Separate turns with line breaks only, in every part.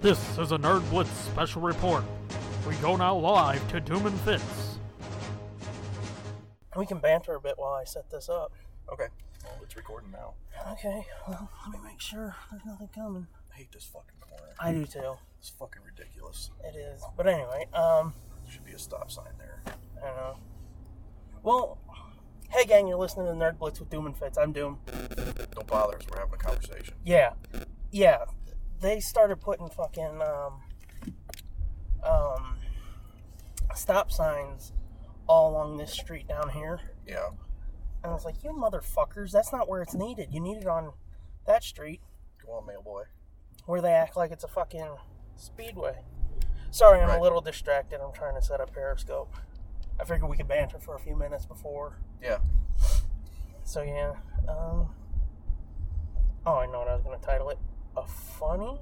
This is a Nerd Blitz special report. We go now live to Doom and Fits.
We can banter a bit while I set this up.
Okay. Well, it's recording now.
Okay, well, let me make sure there's nothing coming.
I hate this fucking corner.
I do too.
It's fucking ridiculous.
It is. But anyway, um,
There should be a stop sign there.
I don't know. Well, hey gang, you're listening to Nerd Blitz with Doom and Fitz. I'm Doom.
Don't bother us. We're having a conversation.
Yeah. Yeah. They started putting fucking um um stop signs all along this street down here.
Yeah.
And I was like, "You motherfuckers, that's not where it's needed. You need it on that street
Go on, mail boy.
where they act like it's a fucking speedway." Sorry, I'm
Right.
a little distracted. I'm trying to set up Periscope. I figured we could banter for a few minutes before.
Yeah.
So yeah. Um, oh, I know what I was gonna title it. A funny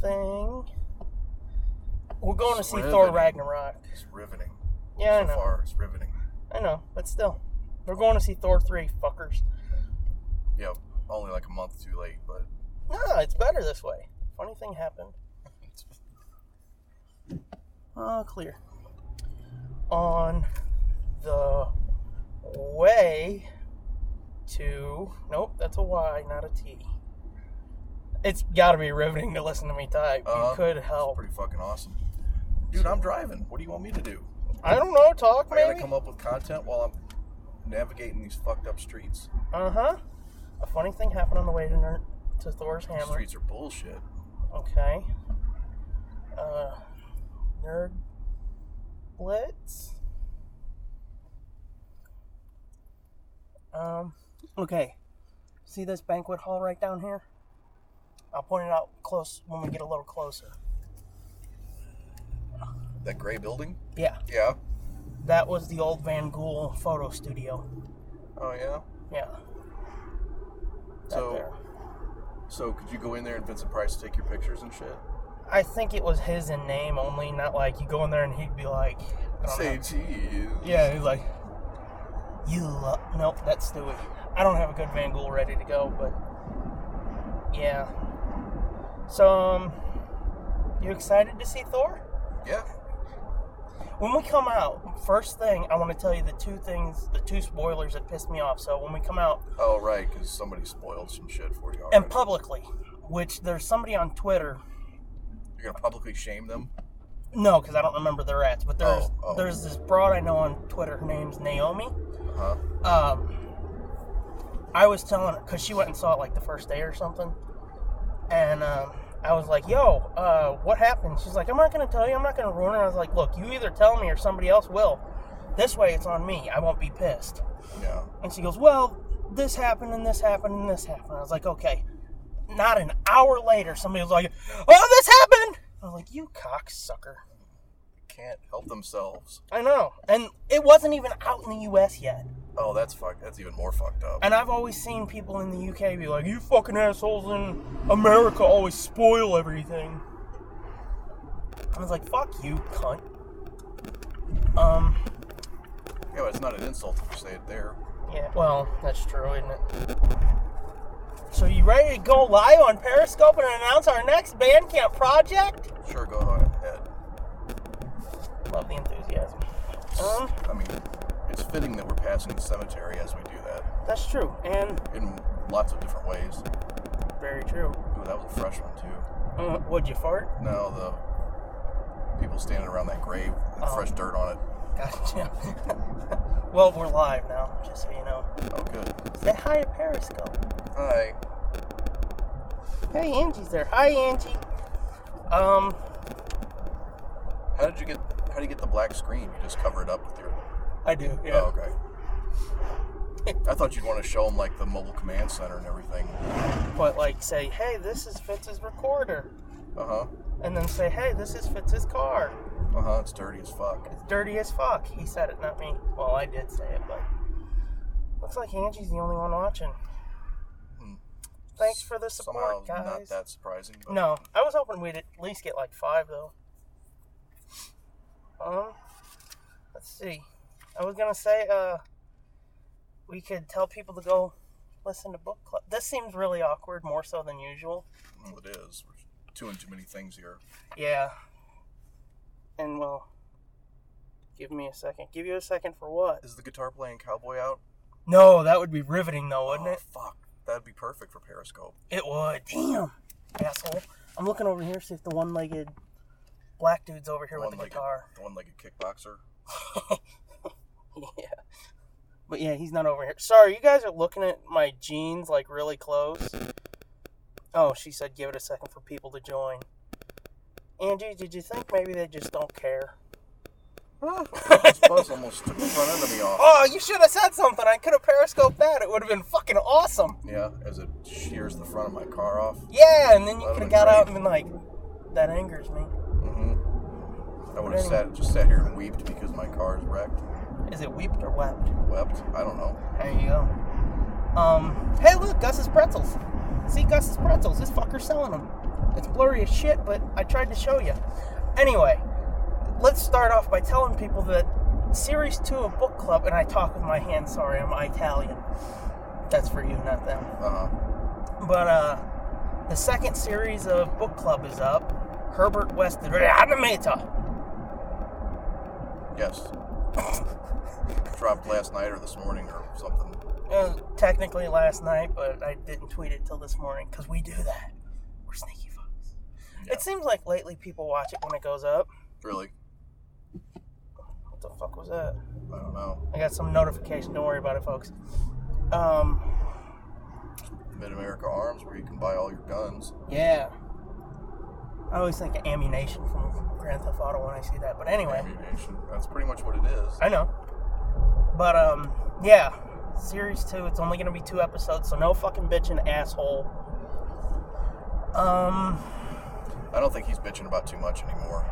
thing. We're going to see Thor
Riveting.
Ragnarok.
It's riveting.
Yeah, I
so
know.
far, it's riveting.
I know, but still, we're going to see Thor three, fuckers.
Yeah. Only like a month too late, but
No, it's better this way. Funny thing happened.
it's
Uh, clear. On the way to. Nope, that's a Y, not a T. It's got to be riveting to listen to me type.
Uh-huh.
You could help.
pretty fucking awesome. Dude, I'm driving. What do you want me to do?
I don't know. Talk
I gotta
maybe.
come up with content while I'm navigating these fucked up streets.
Uh huh. A funny thing happened on the way to Ner- to Thor's hammer.
Streets are bullshit.
Okay. Uh, nerd blitz. Um. Okay. See this banquet hall right down here? I'll point it out close when we get a little closer.
That gray building?
Yeah,
Yeah.
that was the old Van Gool photo studio.
Oh yeah.
Yeah. That
So-
there.
So could you go in there and Vincent Price take your pictures and shit?
I think it was his in name only, not like you go in there and he'd be like, I don't
Say
know.
cheese.
yeah, he's like, you love. Nope, that's Stewie. I don't have a good Van Gogh ready to go, but yeah. So, um, you excited to see Thor?
Yeah.
When we come out, first thing I want to tell you the two things, the two spoilers that pissed me off. So when we come out,
Oh right, because somebody spoiled some shit for you.
and
already.
publicly, which there's somebody on Twitter
You're gonna publicly shame them.
No, because I don't remember their ads. But there's
Oh, oh.
there's this broad I know on Twitter. Her name's Naomi.
Huh?
Um, I was telling her because she went and saw it like the first day or something, and um, I was like, "Yo, uh, what happened?" She's like, "I'm not gonna tell you. I'm not gonna ruin it." I was like, "Look, you either tell me or somebody else will. This way, it's on me. I won't be pissed."
Yeah.
And she goes, Well, this happened and this happened and this happened. I was like, Okay. Not an hour later, somebody was like, Oh, this happened. I was like, You cocksucker.
Can't help themselves.
I know. And it wasn't even out in the US yet.
Oh, that's fuck. That's even more fucked up.
And I've always seen people in the UK be like, You fucking assholes in America always spoil everything. I was like, Fuck you, cunt. Um,
Yeah, but it's not an insult if you say it there.
yeah, well, that's true, isn't it? So, you ready to go live on Periscope and announce our next Bandcamp project?
Sure, go on ahead.
Love the enthusiasm. Um,
I mean, it's fitting that we're passing the cemetery as we do that
that's true, and
in lots of different ways.
very true.
Ooh, that was a fresh one too.
Uh, would you fart?
No, the people standing around that grave with
Oh.
fresh dirt on it.
Gotcha. well, we're live now, just so you know.
Oh, good.
Say hi to Periscope.
Hi.
Hey, Angie's there. Hi, Angie. Um,
How did you get? How do you get the black screen? You just cover it up with your.
I do.
Oh, okay. I thought you'd want to show them like the mobile command center and everything.
But like, say, hey, this is Fitz's recorder,
Uh huh.
and then say, hey, this is Fitz's car.
Uh huh. It's dirty as fuck.
It's dirty as fuck. He said it, not me. Well, I did say it, but looks like Angie's the only one watching.
Hmm.
Thanks for the support,
Somehow
guys.
not that surprising. But
No, I was hoping we'd at least get like five though. Um, uh, let's see. I was gonna say uh, we could tell people to go listen to book club. This seems really awkward, more so than usual.
Well, it is. We're doing too many things here.
Yeah. And well, give me a second. Give you a second for what?
Is the guitar playing cowboy out?
No, that would be riveting though, wouldn't
oh,
it?
Fuck. That'd be perfect for Periscope.
It would. Damn, asshole. I'm looking over here to see if the one-legged black dude's over here with the
One-legged-
guitar.
The one-legged kickboxer.
yeah. But yeah, he's not over here. Sorry, you guys are looking at my jeans like really close. Oh, she said give it a second for people to join. Angie, did you think maybe they just don't care?
this bus almost took the front end of me off.
Oh, you should have said something. I could have periscoped that. It would have been fucking awesome.
Yeah, as it shears the front of my car off.
Yeah, and then you
That'd
could have
been
got out and
great.
been like, that angers me.
Mm-hmm. I would have
Anyway.
sat, just sat here and weeped because my car is wrecked.
Is it weeped or wept?
Wept. I don't know.
There you go. Um, hey, look, Gus's pretzels. See, Gus's pretzels. This fucker's selling them. It's blurry as shit, but I tried to show you. Anyway, let's start off by telling people that series two of Book Club, and I talk with my hands. Sorry, I'm Italian. That's for you, not them.
Uh huh.
But uh, the second series of Book Club is up. Herbert West, the Reanimator.
Yes. Dropped last night or this morning or something.
Uh, technically last night, but I didn't tweet it till this morning because we do that. We're sneaky fucks.
Yeah.
It seems like lately people watch it when it goes up.
Really?
What the fuck was that?
I don't know.
I got some notification. Don't worry about it, folks. Um,
Mid America Arms, where you can buy all your guns.
yeah. I always think of ammunition from Grand Theft Auto when I see that. But anyway,
Ammunition. That's pretty much what it is.
I know. But um, yeah, series two. It's only gonna be two episodes, so no fucking bitching, asshole. Um,
I don't think he's bitching about too much anymore.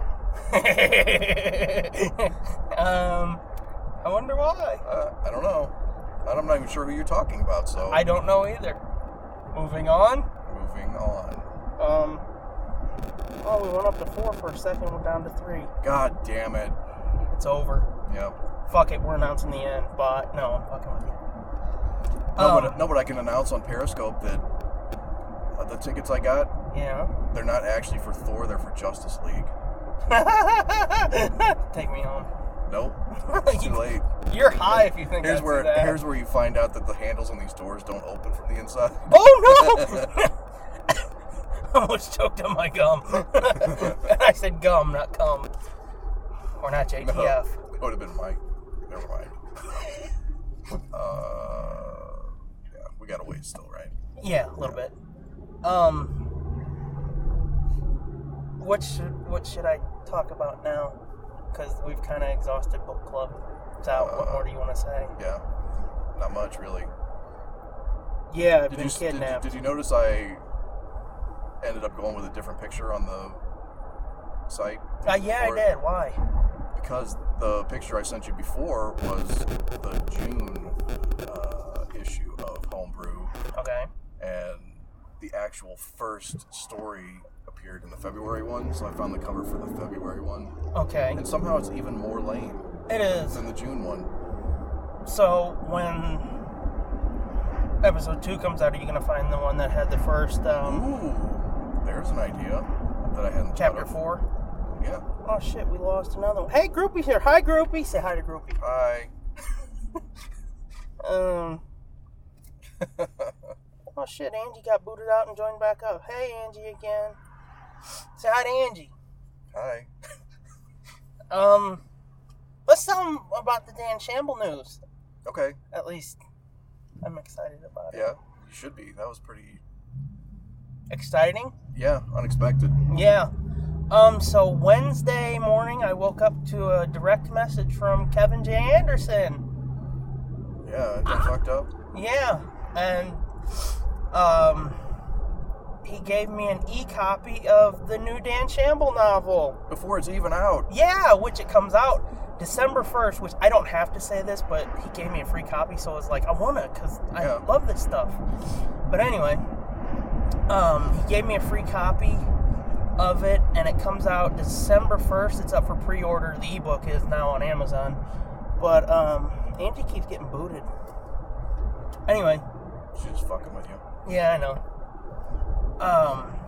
um, I wonder why.
Uh, I don't know. I'm not even sure who you're talking about, so.
I don't know either. Moving on.
Moving on.
Um, oh, we went up to four for a second. We're down to three.
God damn it.
It's over.
Yep.
Fuck it. We're announcing the end. But no, I'm fucking with you.
No,
Um,
but, no, but I can announce on Periscope that uh, the tickets I got,
yeah.
they're not actually for Thor, they're for Justice League.
Take me home.
Nope. It's too late.
You're high if you think
Here's
I
where
do that.
here's where you find out that the handles on these doors don't open from the inside.
Oh no! I almost choked on my gum. and I said gum, not cum. Or not JTF.
No, It would have been Mike. Never mind. Uh, yeah, we got to wait still, right?
Yeah, a little bit. Um, what should what should I talk about now? Because we've kind of exhausted book club. So, what
Uh,
more do you want to say?
Yeah. Not much, really.
Yeah, I've
Did
been
you, s- did,
kidnapped.
did you notice I ended up going with a different picture on the site?
uh, yeah, I
Or-
did. Why?
Because the picture I sent you before was the June uh, issue of Homebrew,
Okay.
and the actual first story appeared in the February one, so I found the cover for the February one.
Okay.
And somehow it's even more lame
It is.
than the June one.
So when episode two comes out, are you gonna find the one that had the first um,
Ooh, there's an idea that I hadn't
chapter
thought
four?
of. Yeah.
Oh shit, we lost another one. Hey, groupie's here. Hi, groupie. Say hi to groupie.
Hi.
Um. oh shit, Angie got booted out and joined back up. Hey, Angie again. Say hi to Angie.
Hi.
Um, let's tell them about the Dan Shamble news.
Okay.
At least, I'm excited about it.
Yeah. You should be. That was pretty.
Exciting.
Yeah. Unexpected.
Yeah. Um, so Wednesday morning, I woke up to a direct message from Kevin J. Anderson.
Yeah. It
Ah.
got fucked up.
Yeah. And, um, he gave me an e copy of the new Dan Shamble novel.
Before it's even out.
Yeah, which it comes out December 1st, which I don't have to say this, but he gave me a free copy, so I was like, I want it because I
Yeah.
love this stuff. But anyway, um, he gave me a free copy of it, and it comes out December 1st. It's up for pre order. The ebook is now on Amazon. But um, Angie keeps getting booted. Anyway,
She's just fucking with you.
Yeah, I know. Um,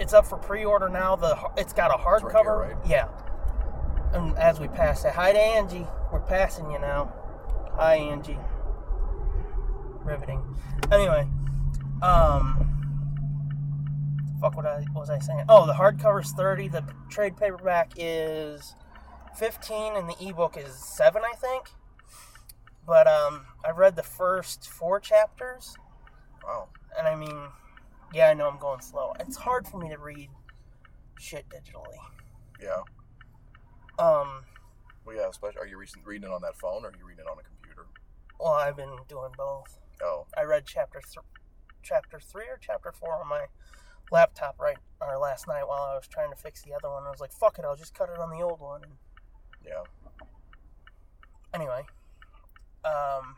it's up for pre-order now. The har- it's got a hardcover.
right here, right?
Yeah. And as we pass that, hi to Angie. We're passing you now. Hi, Angie. Riveting. Anyway, um, fuck what I what was I saying? Oh, the hardcover's thirty. The trade paperback is fifteen, and the ebook is seven, I think. But um, I read the first four chapters,
Wow.
and I mean, yeah, I know I'm going slow. It's hard for me to read shit digitally.
Yeah.
Um,
Well, yeah. Especially, are you re- reading it on that phone or are you reading it on a computer?
well, I've been doing both.
Oh,
I read chapter th- chapter three or chapter four on my laptop right or last night while I was trying to fix the other one. I was like, fuck it, I'll just cut it on the old one. And
yeah.
anyway, um,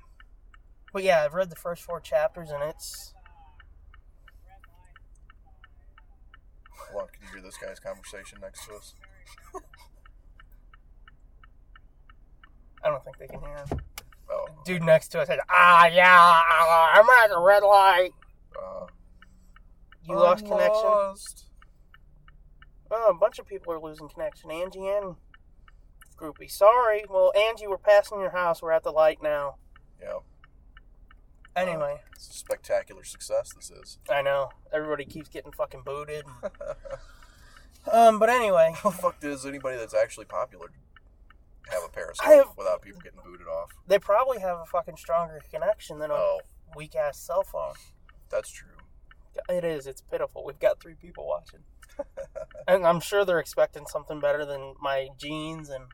but yeah, I've read the first four chapters, and it's
Hold on. Can you hear this guy's conversation next to us?
I don't think they can hear him.
Oh.
Dude next to us said, ah, yeah, I'm at the red light.
Uh,
You lost
I'm
connection.
lost.
Oh, a bunch of people are losing connection. Angie and Groupie. Sorry. Well, Angie, we're passing your house. We're at the light now.
Yeah.
Anyway,
It's a spectacular success. This is.
I know everybody keeps getting fucking booted. um, but anyway,
How fucked does anybody that's actually popular have a Periscope
I have-
without people getting booted off?
they probably have a fucking stronger connection than a
Oh,
weak ass cell phone.
that's true.
It is. It's pitiful. We've got three people watching, and I'm sure they're expecting something better than my jeans and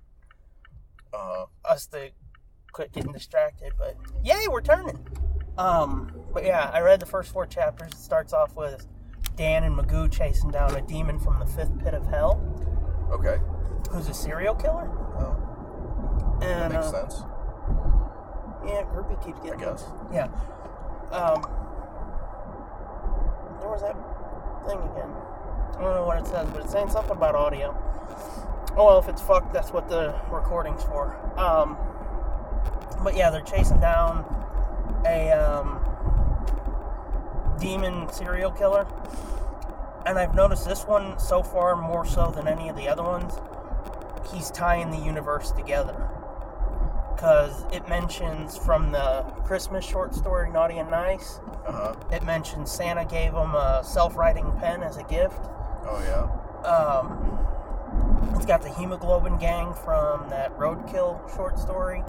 Uh,
us to quit getting distracted. But yay, we're turning. Um, but yeah, I read the first four chapters. It starts off with Dan and Magoo chasing down a demon from the fifth pit of hell,
okay.
who's a serial killer.
Oh, that
And
makes
uh,
sense,
yeah, Groupie keeps
I
getting.
guess.
Yeah. Um, where was that thing again? I don't know what it says, but it's saying something about audio. Oh, well, if it's fucked, that's what the recording's for. Um, but yeah, they're chasing down a um, demon serial killer. And I've noticed this one so far more so than any of the other ones. He's tying the universe together because it mentions from the Christmas short story Naughty and Nice,
Uh huh.
it mentions Santa gave him a self writing pen as a gift.
Oh yeah.
Um, it's got the hemoglobin gang from that Roadkill short story.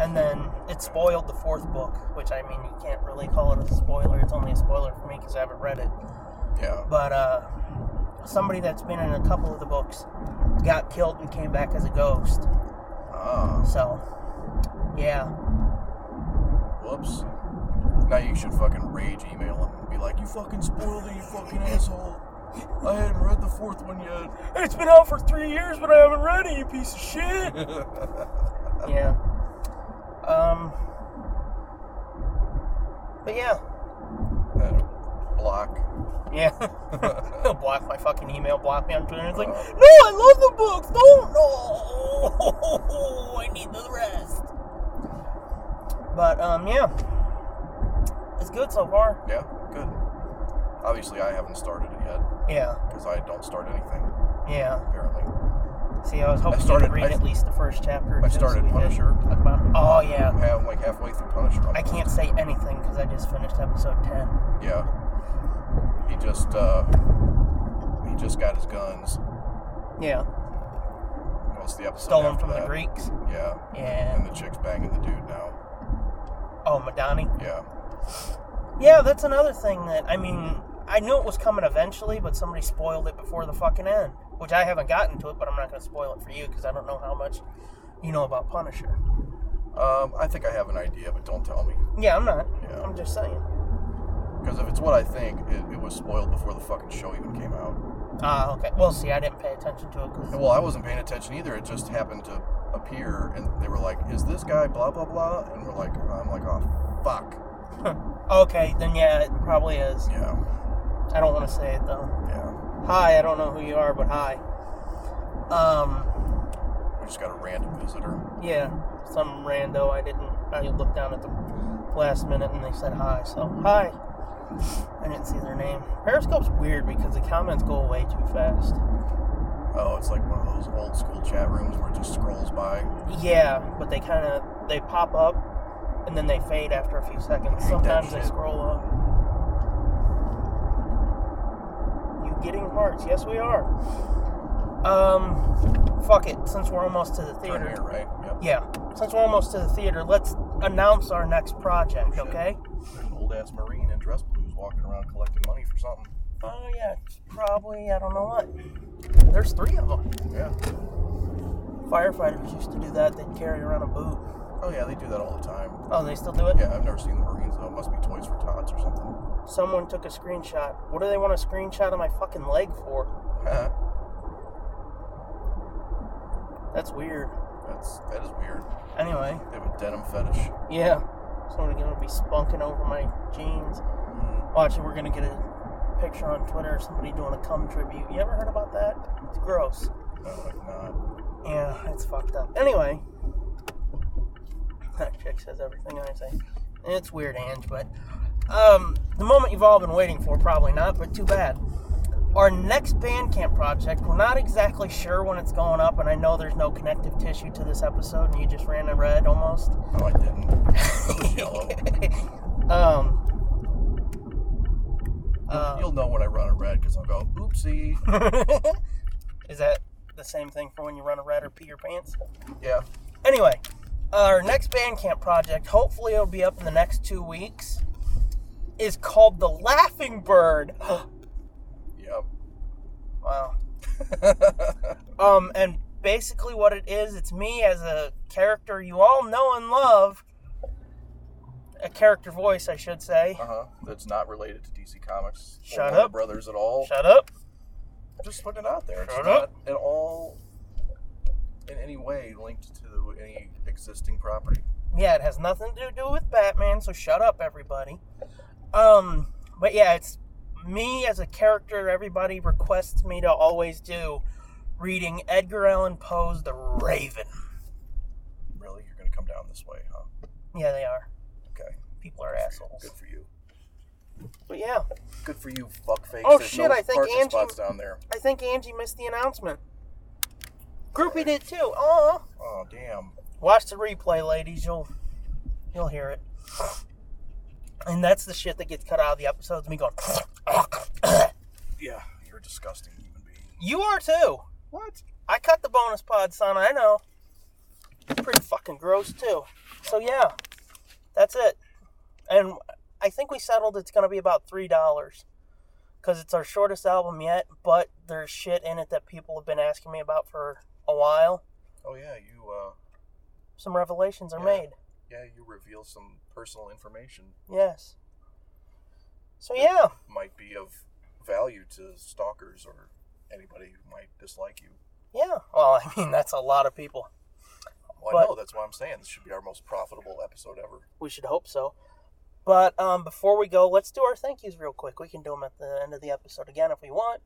And then it spoiled the fourth book, which I mean, you can't really call it a spoiler. It's only a spoiler for me because I haven't read it.
Yeah.
But uh, somebody that's been in a couple of the books got killed and came back as a ghost.
Ah.
So, yeah.
Whoops. Now you should fucking rage email him and be like, "You fucking spoiled it, you fucking asshole! I hadn't read the fourth one yet."
It's been out for three years, but I haven't read it, you piece of shit. yeah. Um. But yeah.
And block.
Yeah. He'll block my fucking email, block me on Twitter. It's like, no,
Uh.
I love the books. Don't. No. I need the rest. But, um, yeah. It's good so far.
Yeah. Good. Obviously, I haven't started it yet
Yeah.
because I don't start anything
Yeah.
apparently.
See, I was hoping
started-
to read
I-
at least the first chapter. or
I
two, so
started
we could
Punisher.
talk about it. Oh, yeah.
I am like halfway through Punisher.
I can't say anything because I just finished episode 10.
Yeah. He just uh he just got his guns.
Yeah.
What's the episode?
Stolen
after
from the
that?
Greeks.
Yeah.
Yeah.
And the chick's banging the dude now.
Oh, Madani.
Yeah.
Yeah, that's another thing that, I mean, I knew it was coming eventually, but somebody spoiled it before the fucking end. Which I haven't gotten to it, but I'm not going to spoil it for you because I don't know how much you know about Punisher.
Um, I think I have an idea, but don't tell me.
Yeah, I'm not.
Yeah.
I'm just saying.
Because if it's what I think, it, it was spoiled before the fucking show even came out.
Ah, okay. Well, see, I didn't pay attention to it
And,
because.
well, I wasn't paying attention either. It just happened to appear, and they were like, "Is this guy blah blah blah?" And we're like, "I'm like, oh fuck."
Okay, then yeah, it probably is.
Yeah.
I don't want to say it though.
Yeah.
Hi, I don't know who you are, but hi. Um,
We just got a random visitor.
Yeah, some rando. I didn't. I looked down at the last minute and they said hi. So hi. I didn't see their name. Periscope's weird because the comments go away too fast.
Oh, it's like one of those old school chat rooms where it just scrolls by.
Yeah, but they kind of they pop up and then they fade after a few seconds.
hate that
Sometimes they
shit.
scroll up. You getting hearts? Yes, we are. Um, fuck it. Since we're almost to the
Turn
theater,
here, right? Yep.
yeah. Since we're almost to the theater, let's announce our next project,
Oh, Shit.
okay?
There's an old ass marine in dress blues walking around collecting money for something.
Oh yeah, probably. I don't know what. There's three of them.
Yeah.
Firefighters used to do that. They'd carry around a boot.
Oh yeah, they do that all the time.
Oh, they still do it.
Yeah, I've never seen the Marines though. It must be Toys for Tots or something.
Someone took a screenshot. What do they want a screenshot of my fucking leg for?
Huh.
That's weird.
That's that is weird.
Anyway,
They have a denim fetish.
yeah. Somebody's gonna be spunking over my jeans.
Hmm,
Watch it. We're gonna get a picture on Twitter. of Somebody doing a cum tribute. You ever heard about that? It's gross.
No, like not.
Yeah, it's fucked up. Anyway, that chick says everything I say. It's weird, Ange, but um, the moment you've all been waiting for, probably not, but too bad. Our next Bandcamp project, we're not exactly sure when it's going up, and I know there's no connective tissue to this episode, and you just ran a red almost.
No, I didn't. It was yellow.
Um, Uh.
You'll know when I run a red because I'll go, oopsie.
is that the same thing for when you run a red or pee your pants?
yeah.
Anyway, our next Bandcamp project, hopefully it'll be up in the next two weeks, is called The Laughing Bird.
Yep.
wow. um, and basically what it is, it's me as a character you all know and love. A character voice, I should say.
Uh huh. That's not related to DC Comics. or
Shut
Warner
up.
Brothers at all.
Shut up.
Just putting it out there. It's
Shut
not
up.
at all in any way linked to any existing property.
Yeah, it has nothing to do with Batman, so shut up, everybody. Um, but yeah, it's me as a character. Everybody requests me to always do reading Edgar Allan Poe's The Raven.
Really? You're going to come down this way, huh?
Yeah, they are.
Okay.
People are
Good
assholes.
for you.
But yeah,
Good for you, fuckface.
Oh,
There's
shit,
no
I think
parking
Angie-
spots down there.
I think Angie missed the announcement. Groupie did too. Oh,
Oh, damn.
watch the replay, ladies. You'll you'll hear it. And that's the shit that gets cut out of the episodes. Me going,
Yeah, you're a disgusting human being.
you are too.
What?
I cut the bonus pod, son. I know. Pretty fucking gross too. So yeah, that's it. And I think we settled it's gonna be about three dollars because it's our shortest album yet. But there's shit in it that people have been asking me about for a while.
Oh, yeah, you, uh,
Some revelations are
Yeah.
made.
yeah, you reveal some personal information
Yes. So yeah,
might be of value to stalkers or anybody who might dislike you.
yeah. Well, I mean that's a lot of people.
Well, Oh, I
But-
know that's why I'm saying this should be our most profitable episode ever.
We should hope so. But um, before we go, let's do our thank yous real quick. We can do them at the end of the episode again if we want.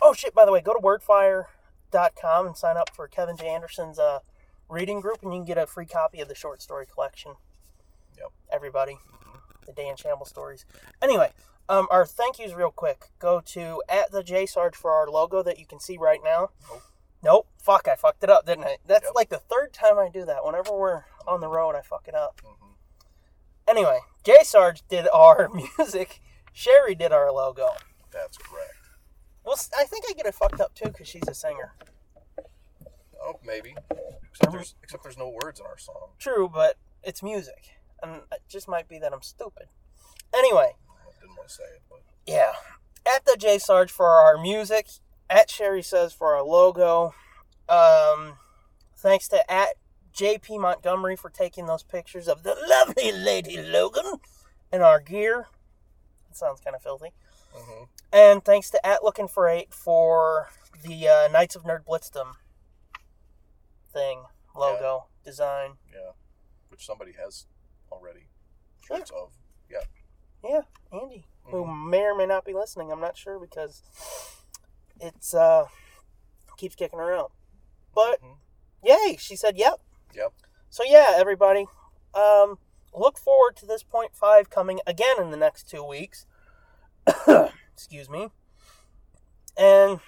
Oh, shit, by the way, go to wordfire.com and sign up for Kevin J. Anderson's uh, reading group, and you can get a free copy of the short story collection.
Yep. Mm-hmm.
Everybody, the Dan Shamble stories. Anyway, um, our thank yous real quick. Go to at the J Sarge for our logo that you can see right now.
Nope.
Nope. Fuck, I fucked it up, didn't I? That's
Yep.
like the third time I do that. Whenever we're on the road, I fuck it up.
hmm
Anyway, Jay Sarge did our music. Sherry did our logo.
That's correct.
Well, s- I think I get it fucked up too because she's a singer.
Oh, maybe. Except there's, except there's no words in our song.
True, but it's music, and it just might be that I'm stupid. Anyway,
I didn't want to say it, but
yeah. At the J Sarge for our music. At Sherry says for our logo. Um, thanks to at JP Montgomery for taking those pictures of the lovely Lady Logan and our gear. That sounds kind of filthy.
hmm
And thanks to at looking for eight for the uh, Knights of Nerd Blitzdom thing, logo, design.
yeah, which somebody has already. Shirts of. Mm-hmm. Yeah.
Yeah, Andy, who may or may not be listening. I'm not sure because it's uh keeps kicking her out. But
Mhm.
yeah, okay. She said, yep.
Yep.
So yeah, everybody, um, look forward to this point five coming again in the next two weeks. Excuse me. And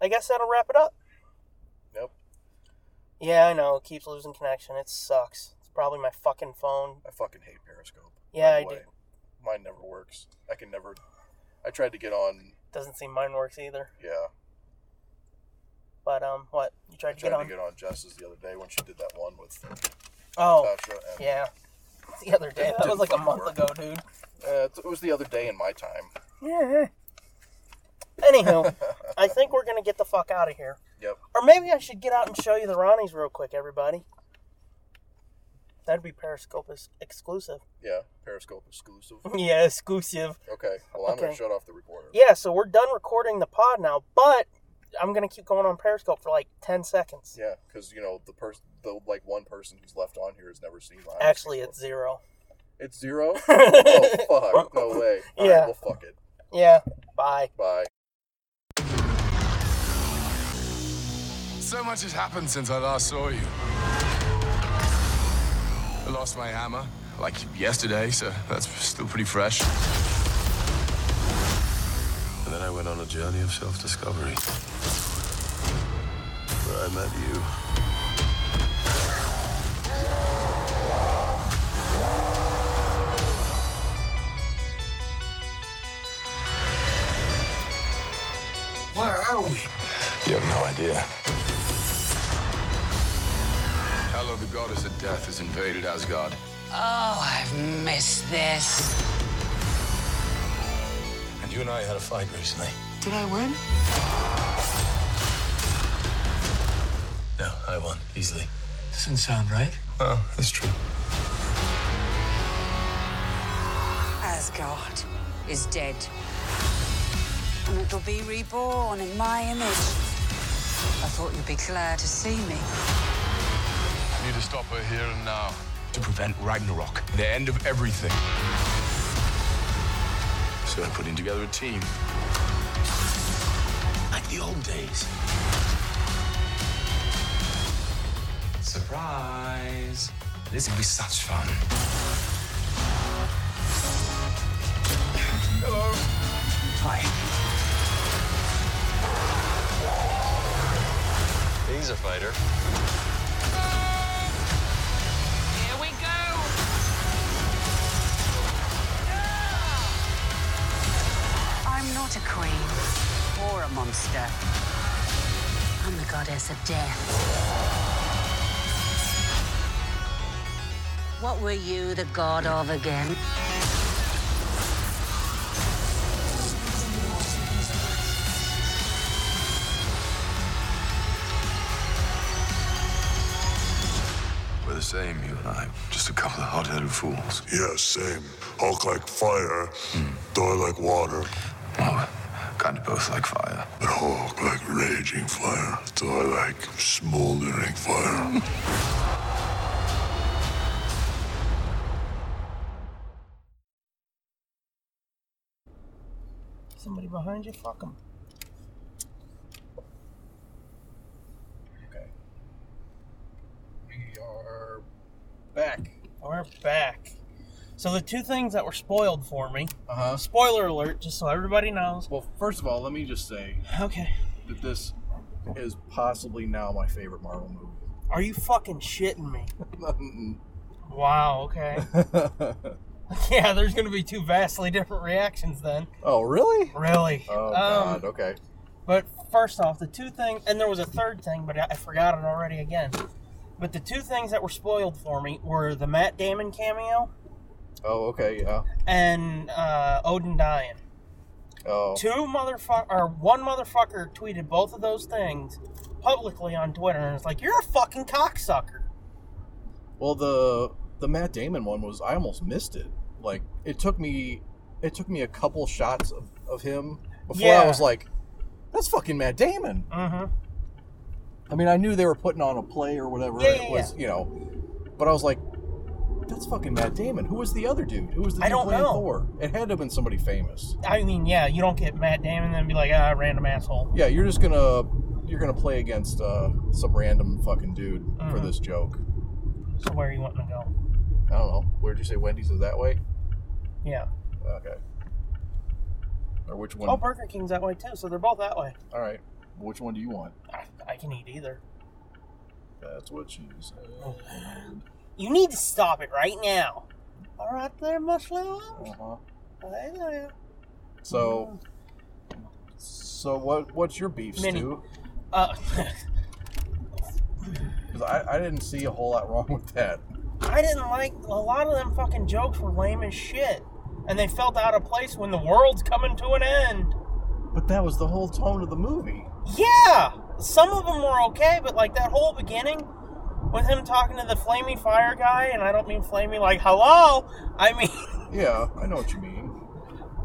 I guess that'll wrap it up.
Yep.
Yeah, I know. It keeps losing connection. It sucks. It's probably my fucking phone.
I fucking hate Periscope.
Yeah,
by
I
the
do.
way. Mine never works. I can never. I tried to get on.
Doesn't seem mine works either.
Yeah,
But um, what you
I
tried to
tried
get on?
to get on Jess's the other day when she did that one with
oh,
Tasha. And,
yeah. The other day.
It
That was
didn't
like a
fucking
month
work.
ago, dude.
Uh, it was the other day in my time.
Yeah. Anywho, I think we're gonna get the fuck out of here.
Yep.
Or maybe I should get out and show you the Ronnies real quick, everybody. That'd be Periscope ex- exclusive.
Yeah, Periscope exclusive.
yeah, exclusive.
Okay. Well, I'm gonna
Okay.
shut off the recorder.
Yeah, so we're done recording the pod now, but I'm gonna keep going on Periscope for like ten seconds.
Yeah, because you know the person, the like one person who's left on here has never seen Lions.
Actually,
before.
it's zero.
it's zero. oh fuck! No way. All right,
Yeah.
well, fuck it.
yeah. Bye.
Bye.
So much has happened since I last saw you. I lost my hammer, like yesterday, so that's still pretty fresh.
And then I went on a journey of self discovery. Where I met you.
Where are we?
You have no idea.
Hello, the goddess of death has invaded Asgard.
Oh, I've missed this.
And you and I had a fight recently.
Did I win?
No, I won easily.
Doesn't sound right.
Well, that's true.
Asgard is dead. And it'll be reborn in my image. I thought you'd be glad to see me.
I need to stop her here and now. To prevent Ragnarok, the end of everything. So I'm putting together a team.
Like the old days.
Surprise! This will be such fun. Hello. Hi.
He's a fighter.
Here we go! I'm not a queen or a monster. I'm the goddess of death. What were you the god of again?
We're the same, you and I. Just a couple of hot-headed fools.
Yeah, same. Hulk like fire, Thor like water,
Well, kind of both like fire.
but Hulk like raging fire, Thor like smoldering fire.
Somebody behind you, fuck them.
Okay. We are back.
We're back. So the two things that were spoiled for me.
Uh huh.
Spoiler alert, just so everybody knows.
Well, first of all, let me just say
Okay.
that this is possibly now my favorite Marvel movie.
Are you fucking shitting me? Wow, okay. yeah, there's gonna be two vastly different reactions then.
oh, really?
Really?
Oh
Um,
God. Okay.
But first off, the two things, and there was a third thing, but I I forgot it already again. But the two things that were spoiled for me were the Matt Damon cameo
Oh, okay. Yeah.
and uh, Odin dying.
Oh.
Two motherfucker, or one motherfucker tweeted both of those things publicly on Twitter, and it's like, you're a fucking cocksucker.
Well, the the Matt Damon one was I almost missed it. Like it took me it took me a couple shots of, of him before I
Yeah.
was like, that's fucking Matt Damon.
Mm-hmm.
I mean, I knew they were putting on a play or whatever
Yeah,
it
yeah,
was, you know, but I was like, that's fucking Matt Damon. Who was the other dude? Who was the
I
dude
don't
playing
know.
Thor? It had to have been somebody famous.
I mean, yeah, you don't get Matt Damon and then be like, ah, random asshole.
Yeah, you're just gonna you're gonna play against uh, some random fucking dude
Mm.
for this joke.
So where are you wanting to go?
I don't know. Where'd you say Wendy's is that way?
Yeah.
Okay. Or which one?
Oh, Burger King's that way too, so they're both that way.
All right. Which one do you want?
I, I can eat either.
That's what she said.
You need to stop it right now. All right, there, Muslim.
Uh-huh.
I know you.
So, so what? What's your beef,
Mini.
Stu?
Uh,
Because I, I didn't see a whole lot wrong with that.
I didn't like a lot of them. Fucking jokes were lame as shit, and they felt out of place when the world's coming to an end.
But that was the whole tone of the movie.
Yeah, some of them were okay, but like that whole beginning with him talking to the flamey fire guy, and I don't mean flamey like hello. I mean.
Yeah, I know what you mean.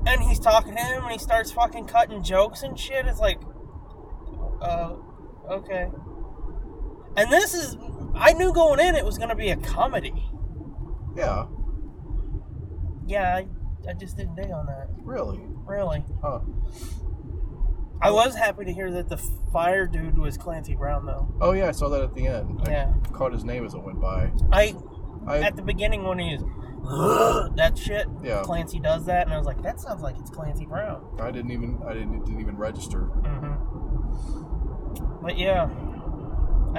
and he's talking to him and he starts fucking cutting jokes and shit. It's like, uh, okay. And this is, I knew going in it was going to be a comedy.
Yeah,
Yeah, I, I just didn't dig on that.
really.
Really.
Huh.
I was happy to hear that the fire dude was Clancy Brown, though.
Oh yeah, I saw that at the end. I
Yeah.
caught his name as it went by.
I,
I
at the beginning when he was, that shit,
Yeah.
Clancy does that, and I was like, that sounds like it's Clancy Brown.
I didn't even I didn't it didn't even register.
hmm Mm-hmm. But yeah,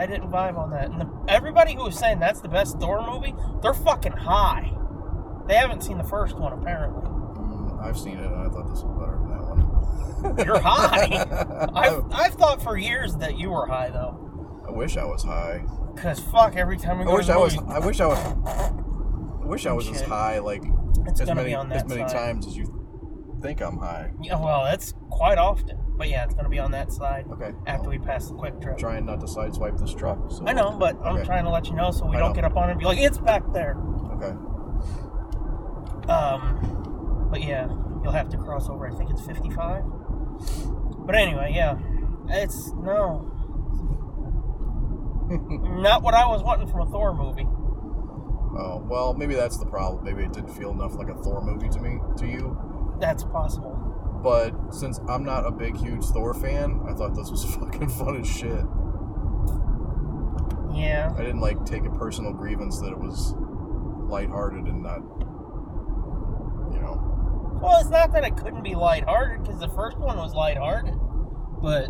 I didn't vibe on that. And the, everybody who was saying that's the best Thor movie, they're fucking high. They haven't seen the first one apparently.
Mm, I've seen it and I thought this was better than that one.
You're high. I've, I've thought for years that you were high though,
I wish I was high.
because fuck every time we
I
go.
wish
to
I
the
was.
movies-
I wish I was. I wish I was as
Shit.
high like
It's
as
gonna
many
be on
as
that
many
side.
times as you think I'm high.
Yeah, well, that's quite often. But yeah, it's gonna be on that side.
Okay.
After we pass the quick trip.
Trying not to sideswipe this truck. So.
I know, but I'm
Okay.
trying to let you know so we
I
don't
know.
get up on it and be like, it's back there.
Okay.
Um, but yeah, you'll have to cross over. I think it's 55. But anyway, yeah, it's no, not what I was wanting from a Thor movie.
Oh well, maybe that's the problem. Maybe it didn't feel enough like a Thor movie to me to you.
That's possible.
But since I'm not a big huge Thor fan, I thought this was fucking fun as shit.
Yeah,
I didn't like take a personal grievance that it was lighthearted and not, you know.
well, it's not that it couldn't be lighthearted because the first one was lighthearted, but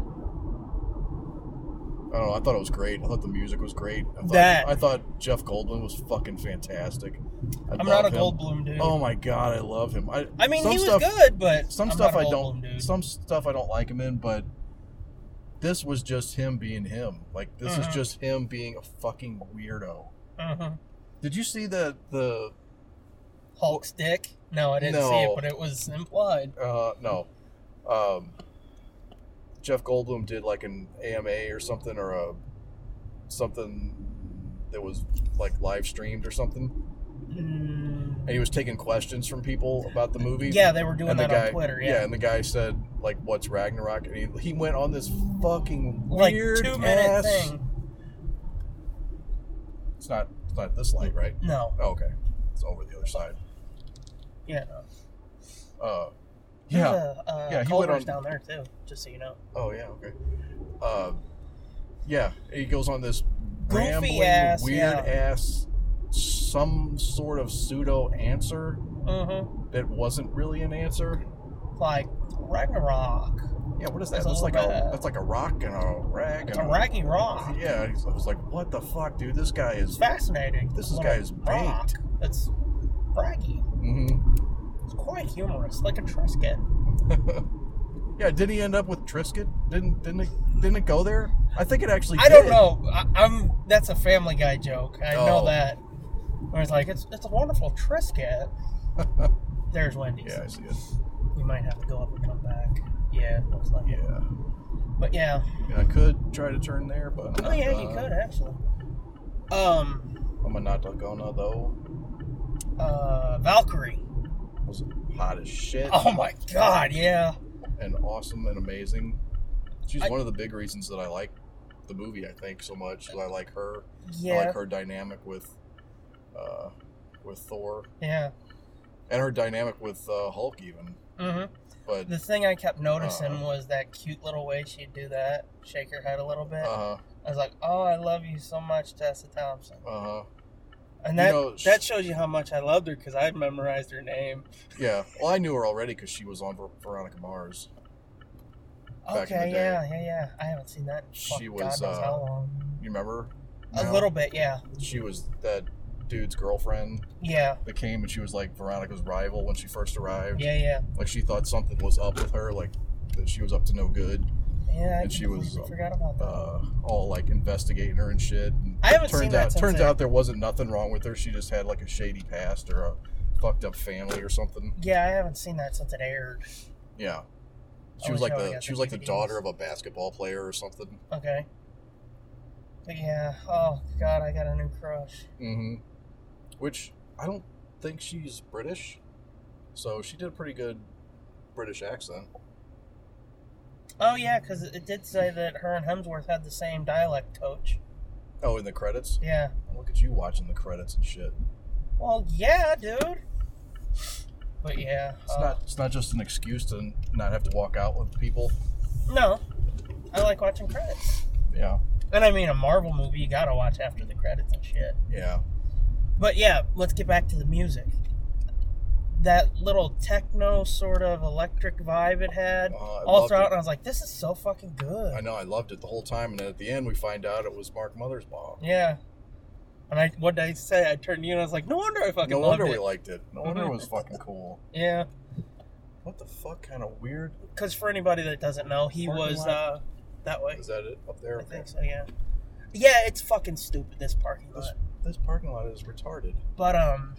I don't know. I thought it was great. I thought the music was great. I thought,
That-
I thought Jeff Goldblum was fucking fantastic. I
I'm not a
love him.
Goldblum dude.
Oh my god, I love him. I,
I mean,
some
he was
stuff-
good, but
Some
I'm
stuff
not a
I
Goldblum
don't.
Dude.
Some stuff I don't like him in, but this was just him being him. Like this
Mhm.
is just him being a fucking weirdo.
Mhm.
Did you see the the
Hulk's dick. No, I didn't
No.
see it, but it was implied.
Uh, no. Um, Jeff Goldblum did like an AMA or something, or a something that was like live streamed or something,
Mm,
and he was taking questions from people about the movie.
yeah, they were doing
and
that
the guy,
on Twitter.
and the guy said like, "What's Ragnarok?" and he, he went on this fucking
like
weird
two minute
ass-
thing.
It's not. It's not this light, right?
No.
Oh, okay, it's over the other side.
Yeah.
Uh,
There's
yeah.
A, uh,
Yeah, he went
Culver's
on-
down there too. Just so you know.
Oh yeah, okay. Uh, yeah, he goes on this
Goofy
rambling,
ass,
weird
yeah.
ass, some sort of pseudo answer
Mm-hmm.
that wasn't really an answer.
Like Ragnarok.
Yeah, what is that?
That's
That's,
a
like
little
a
bit-
that's like a rock and a rag.
It's a
and
raggy rock.
Yeah, he's- I was like, what the fuck, dude? This guy
It's
is.
fascinating.
This
Little
guy is
rock. That's raggy.
Mhm.
It's quite humorous, like a Trisket.
Yeah, did he end up with Trisket? Didn't didn't it didn't it go there? I think it actually.
I don't
did.
know. I, I'm. That's a Family Guy joke. I know
Oh.
that. Where it's like it's it's a wonderful Trisket. There's Wendy's.
Yeah, I see it.
You might have to go up and come back. Yeah, it looks like it.
Yeah,
But yeah.
I, mean, I could try to turn there, but I'm
Oh
not
yeah, you
gonna.
could actually. Um,
I'm not gonna though.
uh, Valkyrie.
was hot as shit
Oh my god, yeah.
and awesome and amazing. She's
I-
one of the big reasons that I like the movie. I think so much 'cause I like her. I
Yeah.
like her dynamic with, uh, with Thor
Yeah.
and her dynamic with uh, Hulk even. But
Mm-hmm. The thing I kept noticing
Uh.
was that cute little way she'd do that, shake her head a little bit.
uh
I was like, "Oh, I love you so much, Tessa Thompson,"
huh, uh huh.
and
you
that
know, sh-
that shows you how much I loved her because I memorized her name.
Yeah. Well, I knew her already because she was on Ver- Veronica Mars. Back in the
okay,
day.
yeah, yeah, yeah. I haven't seen that. In
She
fuck
was,
God knows
uh,
how long.
You remember?
A
No.
little bit, yeah,
She was that dude's girlfriend
yeah,
that came and she was like Veronica's rival when she first arrived.
yeah, yeah,
Like she thought something was up with her, like that she was up to no good.
yeah. I
And she
completely
was,
forgot about that.
Uh, all like investigating her and shit. And
I haven't
turns
seen that
out
since
turns
then.
out there wasn't nothing wrong with her. She just had like a shady past or a fucked up family or something.
yeah, I haven't seen that since it aired.
Yeah.
I
She was
wish
like
Oh, I would've
the
got
she
the
was like the
DVDs.
daughter of a basketball player or something.
Okay. But yeah, oh god, I got a new crush.
Mm-hmm. Which I don't think she's British, so she did a pretty good British accent.
Oh yeah, because it did say that her and Hemsworth had the same dialect coach.
Oh, in the credits.
Yeah.
Look at you watching the credits and shit.
Well, yeah, dude. But yeah,
It's
uh,
not it's not just an excuse to not have to walk out with people.
no. I like watching credits,
Yeah,
and I mean a Marvel movie you gotta watch after the credits and shit.
yeah.
But yeah, let's get back to the music. That little techno sort of electric vibe it had
Oh, I
all
loved
throughout,
it.
and I was like, "This is so fucking good."
I know. I loved it the whole time, and then at the end we find out it was Mark Mothersbaugh.
Yeah. And I, what did I say? I turned to you and I was like, no wonder I fucking
No
loved
wonder
it.
we liked it. No wonder it was fucking cool.
yeah.
What the fuck kind of weird
Because for anybody that doesn't know, he
Parking
was
lot.
uh, that way.
is that? It up
I
there?
think so, yeah. Yeah, it's fucking stupid, this parking
This,
lot.
this parking lot is retarded.
But, um,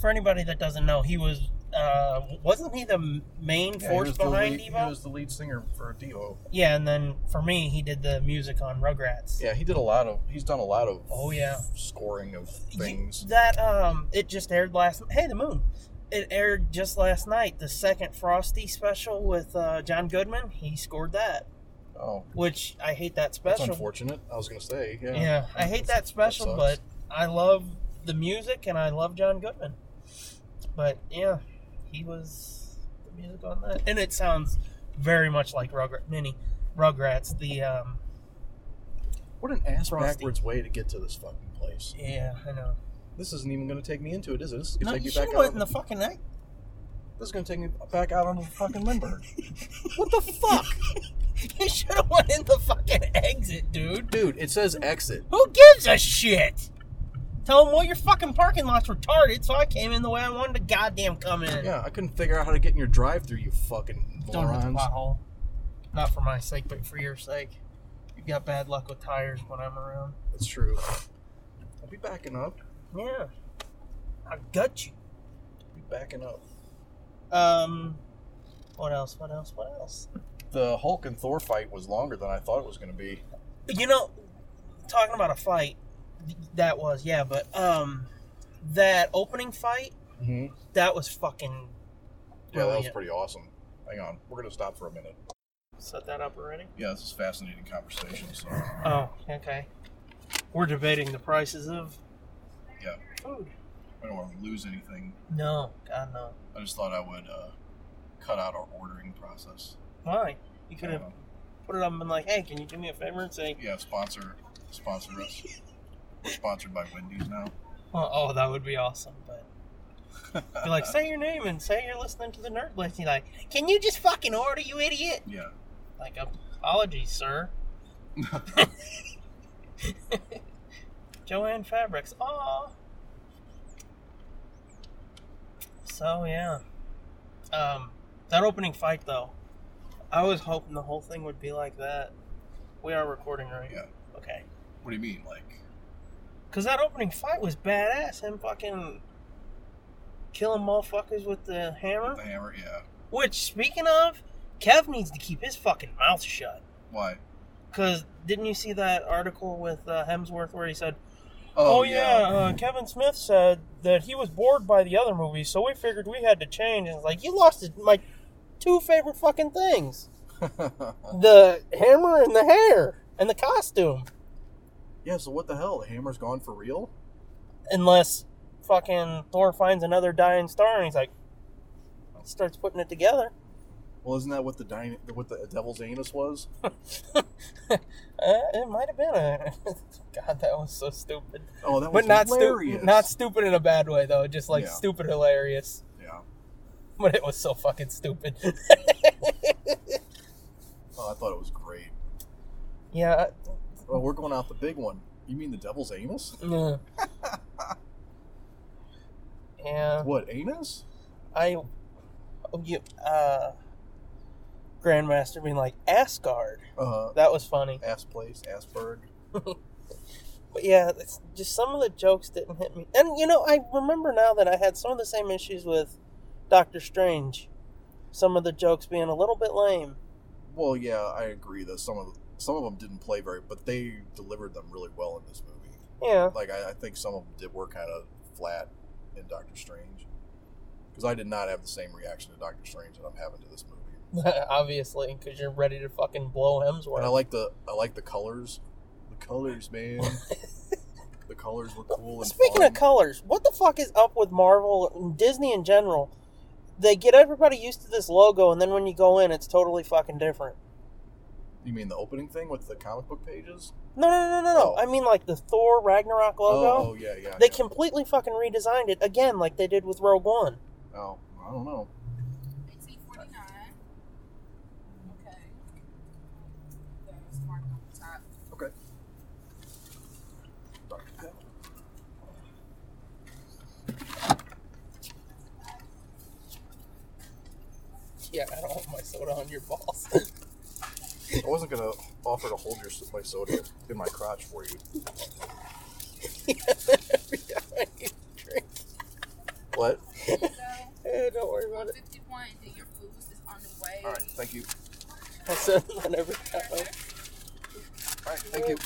for anybody that doesn't know, he was, uh, wasn't he the m- main
Yeah, he
force
was the
behind
lead-
Devo?
He was the lead singer for Devo.
Yeah, and then for me, he did the music on Rugrats.
Yeah, he did a lot of. He's done a lot of.
Oh, yeah.
scoring of
You-
things.
that um, it just aired last. Hey, the moon. It aired just last night. The second Frosty special with uh, John Goodman. He scored that,
Oh,
which I hate that
that's
special.
unfortunate. I was gonna say. Yeah.
yeah. I hate that special, but
sucks.
I love the music and I love John Goodman. But yeah, he was the music on that, and it sounds very much like Rugrat Mini Rugrats. The um,
What an ass
Frosty.
backwards way to get to this fucking place.
yeah, I know.
This isn't even gonna take me into it, is it? This is gonna
No,
take
you
me
should
back
have
out.
went
on
in the fucking night.
This is gonna take me back out on the fucking Lindbergh.
What the fuck? you should have went in the fucking exit, dude.
Dude, it says exit.
Who gives a shit? Tell them, well, your fucking parking lot's retarded, so I came in the way I wanted to goddamn come in.
Yeah, I couldn't figure out how to get in your drive-through. You fucking
Don't hit the
morons.
pothole. Not for my sake, but for your sake. You've got bad luck with tires when I'm around.
That's true. I'll be backing up.
Yeah. I got you.
I'll be backing up.
Um, what else? What else? What else?
The Hulk and Thor fight was longer than I thought it was gonna be.
You know, talking about a fight, that was, yeah, but, um, that opening fight,
Mm-hmm.
that was fucking
Yeah, that was
Brilliant.
pretty awesome. Hang on, we're gonna stop for a minute.
set that up already.
Yeah, this is fascinating conversation. So,
Oh, okay. We're debating the prices of
yeah,
food.
I don't want to lose anything.
No, God no.
I just thought I would uh, cut out our ordering process.
Why? You could have
Um,
put it up and been like, "Hey, can you do me a favor and say?"
yeah, sponsor, sponsor us. We're sponsored by Wendy's now.
Well, oh, that would be awesome. But be like, say your name and say you're listening to the Nerd Blitz. He's like, "Can you just fucking order, you idiot?"
Yeah,
Like, apologies, sir. Joanne Fabrics. Aw. So yeah. Um, that opening fight though, I was hoping the whole thing would be like that. We are recording, right?
yeah.
Okay.
What do you mean, like?
Cause that opening fight was badass. Him fucking killing motherfuckers with the hammer.
The hammer, yeah.
Which, speaking of, Kev needs to keep his fucking mouth shut.
Why?
Because didn't you see that article with uh, Hemsworth where he said,
Oh,
"Oh, yeah, uh, Kevin Smith said that he was bored by the other movies, so we figured we had to change." And it's like you lost it- my two favorite fucking things: the hammer and the hair and the costume.
yeah. So what the hell? The hammer's gone for real?
Unless fucking Thor finds another dying star and he's like,
I'll
starts putting it together.
Well, isn't that what the dine, what the devil's anus was?
Uh, it might have been a. God, that was so stupid.
Oh, that was
But not
hilarious.
stupid. Not stupid in a bad way though. Just like
Yeah.
stupid hilarious.
yeah.
But it was so fucking stupid.
Oh, I thought it was great.
yeah.
Oh, we're going out the big one. You mean the devil's anus?
I- yeah.
What anus?
I, oh, you, uh, Grandmaster being like Asgard.
Uh,
That was funny.
ass place, Asperg.
But yeah, it's just some of the jokes didn't hit me. And you know, I remember now that I had some of the same issues with Doctor Strange. Some of the jokes being a little bit lame.
Well, yeah, I agree that some of some of them didn't play very, but they delivered them really well in this movie.
Yeah.
Like I, I think some of them did were kind of flat in Doctor Strange, because I did not have the same reaction to Doctor Strange that I'm having to this movie.
Obviously, because you're ready to fucking blow Hemsworth.
And I like the I like the colors, the colors, man. the colors were cool. And
Speaking
fun.
of colors, what the fuck is up with Marvel and Disney in general? They get everybody used to this logo, and then when you go in, it's totally fucking different.
you mean the opening thing with the comic book pages?
No, no, no, no, no.
Oh.
I mean, like the Thor Ragnarok
Oh,
logo.
oh, yeah, yeah.
they
yeah.
completely fucking redesigned it again, like they did with Rogue One.
Oh, I don't know.
It's 849. Okay. There's mark on the top.
Okay. Dr. Pepper.
Yeah, I don't want my soda on your balls.
I wasn't gonna offer to hold your my soda in my crotch for you.
Every time I get a drink.
What?
So,
Eh, don't worry about it.
51, then your food is on the way.
All right, thank you.
I said that every time. Is
All right, thank you.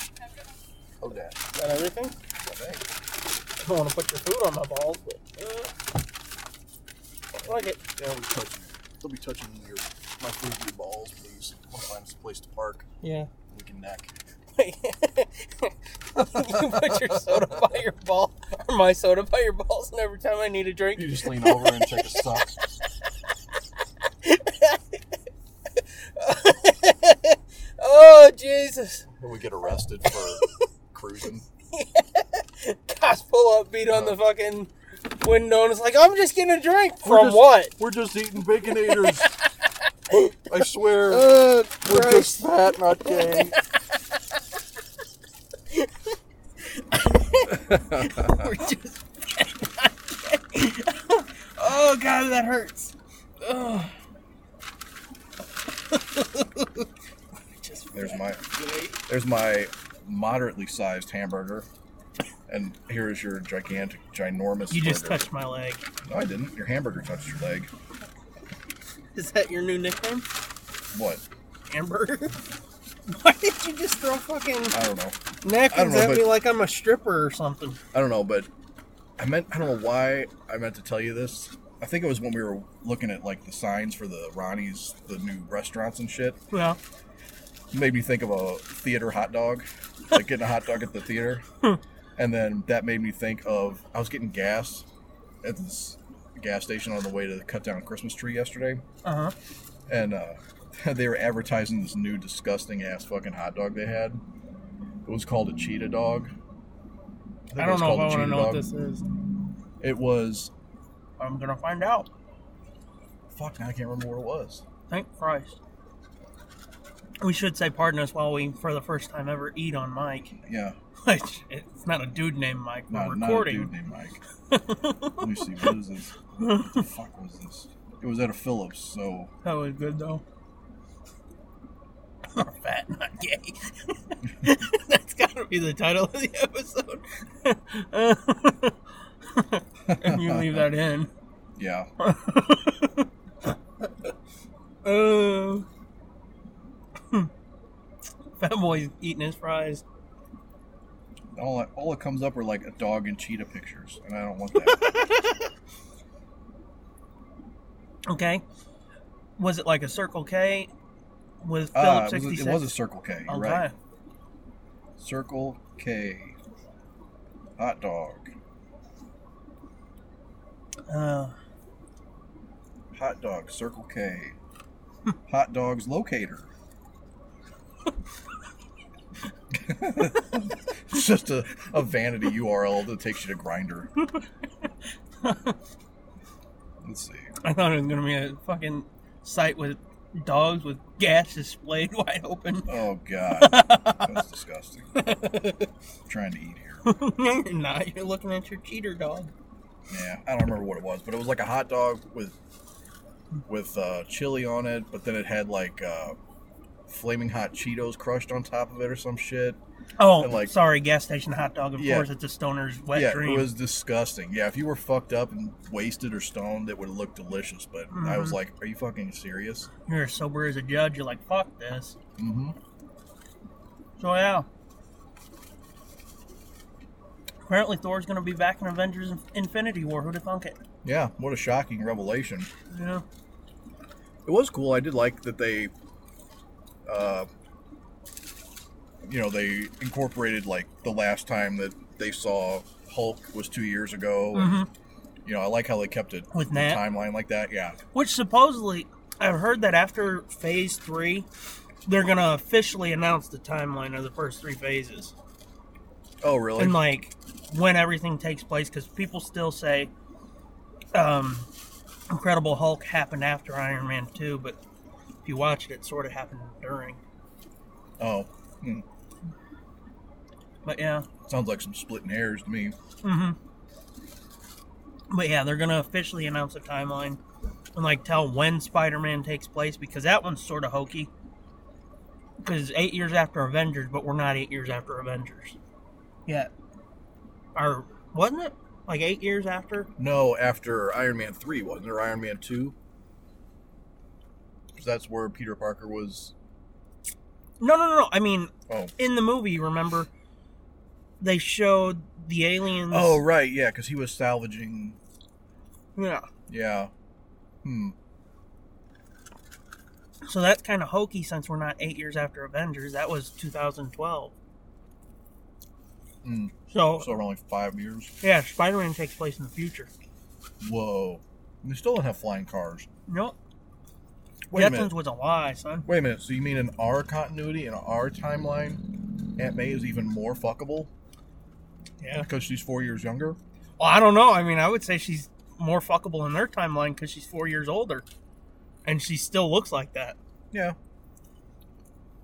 Oh, Dad.
that everything?
Yeah, thanks.
I don't want to put your food on my balls, but. Uh, I like it.
Yeah, we touching. Don't be touching your my food with your balls, please. I'm gonna find some place to park.
Yeah.
We can neck.
you put your soda by your ball, or my soda by your balls, and every time I need a drink,
You just lean over and take a suck.
oh Jesus!
We get arrested for cruising.
Cops pull up, beat on the fucking window, and it's like, I'm just getting a drink. From
just-
what?
We're just eating baconators. I swear,
Uh,
we're just fat, not gay.
We're just. oh god, that hurts. Ugh.
There's my there's my moderately sized hamburger, and here is your gigantic, ginormous. burger.
my leg.
No, I didn't. Your hamburger touched your leg.
Is that your new nickname,
What?
hamburger? Why did you just throw fucking
I don't know. I don't
napkins
know,
at me
but-
like I'm a stripper or something?
I don't know, but I meant I don't know why I meant to tell you this. I think it was when we were looking at like the signs for the Ronnie's, the new restaurants and shit.
Yeah.
It made me think of a theater hot dog, like getting a hot dog at the theater,
Hmm.
and then that made me think of I was getting gas at this gas station on the way to cut down a Christmas tree yesterday,
Uh huh.
and uh, they were advertising this new disgusting ass fucking hot dog they had. It was called a cheetah dog. think it was called a cheetah dog.
is.
It was
I'm gonna find out.
fuck. Now I can't remember what it was.
Thank Christ. We should say pardon us while we, for the first time ever, eat on Mike.
Yeah,
Which it's not a dude named Mike. We're
not, not a dude
recording.
named Mike. Let me see. What is this? What the fuck was this? It was at a Phillips, so
That was good though. Fat not gay. That's gotta be the title of the episode. and you leave that in.
yeah.
Oh. Fat boy's eating his fries.
All that, all that comes up are like a dog and cheetah pictures, and I don't want that.
Okay. Was it like a Circle K with
ah,
Phillips
it, was
66?
a, it was a Circle K. You're
Okay.
right. Circle K. Hot dog.
Uh,
hot dog, Circle K, hot dogs locator. it's just a, a vanity URL that takes you to Grinder. Let's see.
I thought it was gonna be a fucking site with dogs with gas displayed wide open.
Oh god, that's disgusting. trying to eat here.
no, you're not. You're looking at your cheater dog.
Yeah, I don't remember what it was, but it was like a hot dog with with uh, chili on it, but then it had like uh, flaming hot Cheetos crushed on top of it or some shit.
Oh,
And, like-
sorry, gas station hot dog. Of
Yeah.
course, it's a stoner's wet
yeah,
dream.
it was disgusting. Yeah, if you were fucked up and wasted or stoned, it would look delicious. But I
Mm-hmm.
was like, "Are you fucking serious?"
You're sober as a judge. You're like, fuck this.
Mm-hmm.
So yeah. Apparently, Thor's gonna be back in Avengers Infinity War. Who'd have thunk it?
Yeah, what a shocking revelation.
Yeah.
It was cool. I did like that they, uh, you know, they incorporated like the last time that they saw Hulk was two years ago. And, you know, I like how they kept it
Mm-hmm. With
the
Nat?
timeline like that. Yeah,
Which supposedly, I've heard that after Phase Three, they're gonna officially announce the timeline of the first three phases.
Oh, really?
and like when everything takes place because people still say um incredible hulk happened after iron man 2 but if you watch it it sort of happened during
oh, hmm.
but yeah
sounds like some splitting hairs to me.
but yeah they're gonna officially announce a timeline and like tell when spider-man takes place because that one's sort of hokey because eight years after avengers but we're not eight years after avengers yet or wasn't it like eight years after
No, after Iron Man three wasn't there Iron Man two? Because that's where Peter Parker was.
no no no, no. i mean
Oh,
in the movie, remember, they showed the aliens.
oh, right, yeah, because he was salvaging.
yeah.
Yeah, hmm.
So that's kind of hokey since we're not eight years after Avengers. That was 2012.
Mm.
So,
So around like five years.
yeah, Spider Man takes place in the future.
Whoa. They still don't have flying cars.
Nope.
Wait a
Jetsons
minute.
was a lie, son.
Wait a minute. So you mean in our continuity, in our timeline, Aunt May is even more fuckable
Yeah.
because she's four years younger?
Well, I don't know. I mean, I would say she's more fuckable in their timeline because she's four years older. And she still looks like that.
Yeah.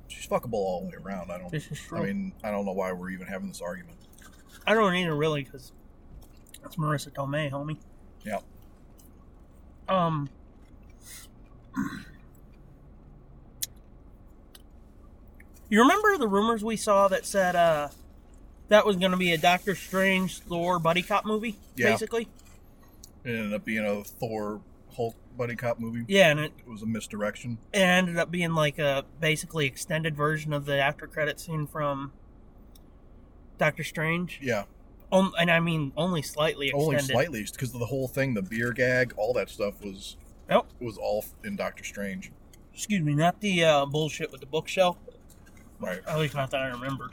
She's fuckable all the way around. I don't.
This is true.
I mean, I don't know why we're even having this argument.
I don't either, really, because that's Marissa Tomei, homie.
Yeah.
Um. You remember the rumors we saw that said uh, that was going to be a Doctor Strange Thor buddy cop movie,
Yeah.
basically?
It ended up being a Thor Hulk buddy cop movie.
Yeah, and it,
It was a misdirection.
it ended up being like a basically extended version of the after credit scene from Doctor Strange.
Yeah.
Um, and I mean only slightly extended.
Only slightly because of the whole thing, the beer gag, all that stuff was
Yep.
was all in Doctor Strange.
Oh, Excuse me, not the uh, bullshit with the bookshelf.
Right.
At least not that I remember.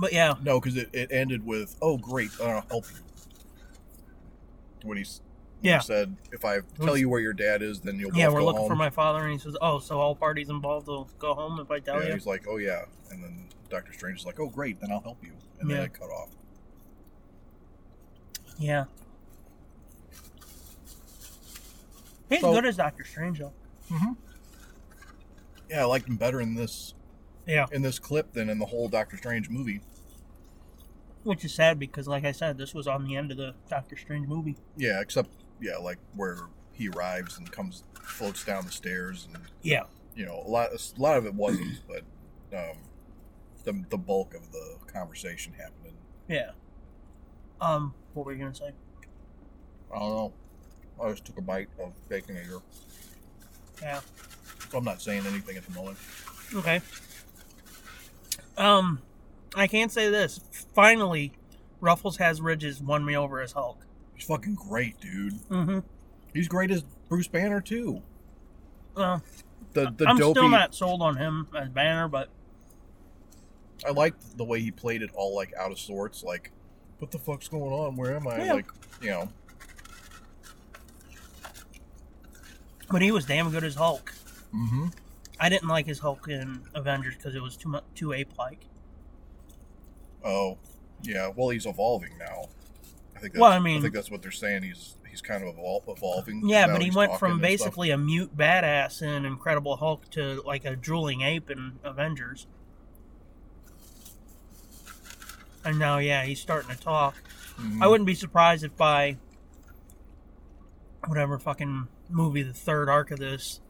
But yeah,
No, because it, it ended with, "Oh, great, uh, help you." When he, s- when he
Yeah.
said, "If I tell you where your dad is, then you'll
yeah,
both
we're
go
looking
home."
for my father, and he says, "Oh, so all parties involved will go home if I tell
Yeah,
you."
he's like, "Oh yeah," and then Doctor Strange is like, "Oh great, then I'll help you," and
Yeah.
then it cut off.
Yeah. He's
So-
good as Doctor Strange, though.
Yeah, I liked him better in this
Yeah,
in this clip than in the whole Doctor Strange movie.
which is sad because, like I said, this was on the end of the Doctor Strange movie.
Yeah, except yeah, like where he arrives and comes floats down the stairs, and
Yeah,
you know a lot a lot of it wasn't, but um, the the bulk of the conversation happened. In,
yeah. Um, what were you gonna say?
I don't know. I just took a bite of bacon egg.
Yeah.
I'm not saying anything at the moment.
Okay. Um, I can say this. Finally, Ruffles has Ridges won me over as Hulk.
He's fucking great, dude.
Mm-hmm.
He's great as Bruce Banner too.
Uh,
The the
I'm
dopey.
still not sold on him as Banner, but
I liked the way he played it all like out of sorts. Like, what the fuck's going on? Where am I?
Yeah.
Like, you know.
But he was damn good as Hulk. Mm-hmm. I didn't like his Hulk in Avengers because it was too much too ape-like.
Oh, yeah. Well, he's evolving now. I think. That's,
Well, I mean-
think that's what they're saying. He's he's kind of evol- evolving.
Yeah,
now
but he
he's
went
talking
from
and stuff.
basically a mute badass in Incredible Hulk to like a drooling ape in Avengers. And now, yeah, he's starting to talk.
Mm-hmm.
I wouldn't be surprised if by whatever fucking movie, the third arc of this,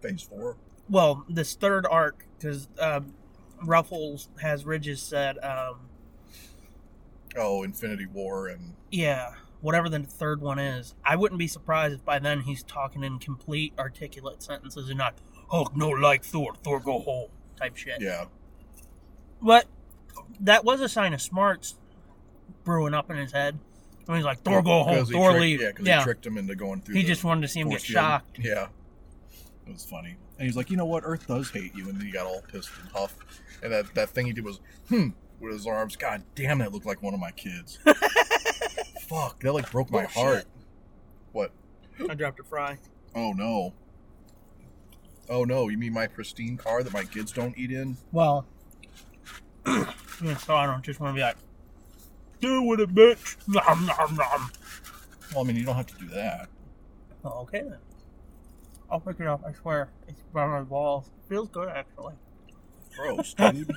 phase four.
well, this third arc, because uh, Ruffles has Ridges said, um,
Oh, Infinity War and
yeah, whatever the third one is, I wouldn't be surprised if by then he's talking in complete articulate sentences and not Hulk no like Thor, Thor go home type shit.
yeah,
But that was a sign of smarts brewing up in his head. When he's like Thor go home,
'Cause he
Thor
tricked-
leave.
Yeah, because he tricked him into going through.
He
the
just wanted to see him get
force field.
shocked.
Yeah, it was funny. And he's like, you know what, Earth does hate you, and then he got all pissed and huff. And that that thing he did was hmm with his arms. God damn, that looked like one of my kids. Fuck, that like broke my heart. What?
I dropped a fry.
Oh no. Oh no, you mean my pristine car that my kids don't eat in?
Well, yeah, so I don't just want to be like, do with it, bitch. Nom, nom, nom.
Well, I mean, you don't have to do that.
Oh, okay then. I'll pick it up. I swear, it's by my balls. Feels good actually.
Gross, dude.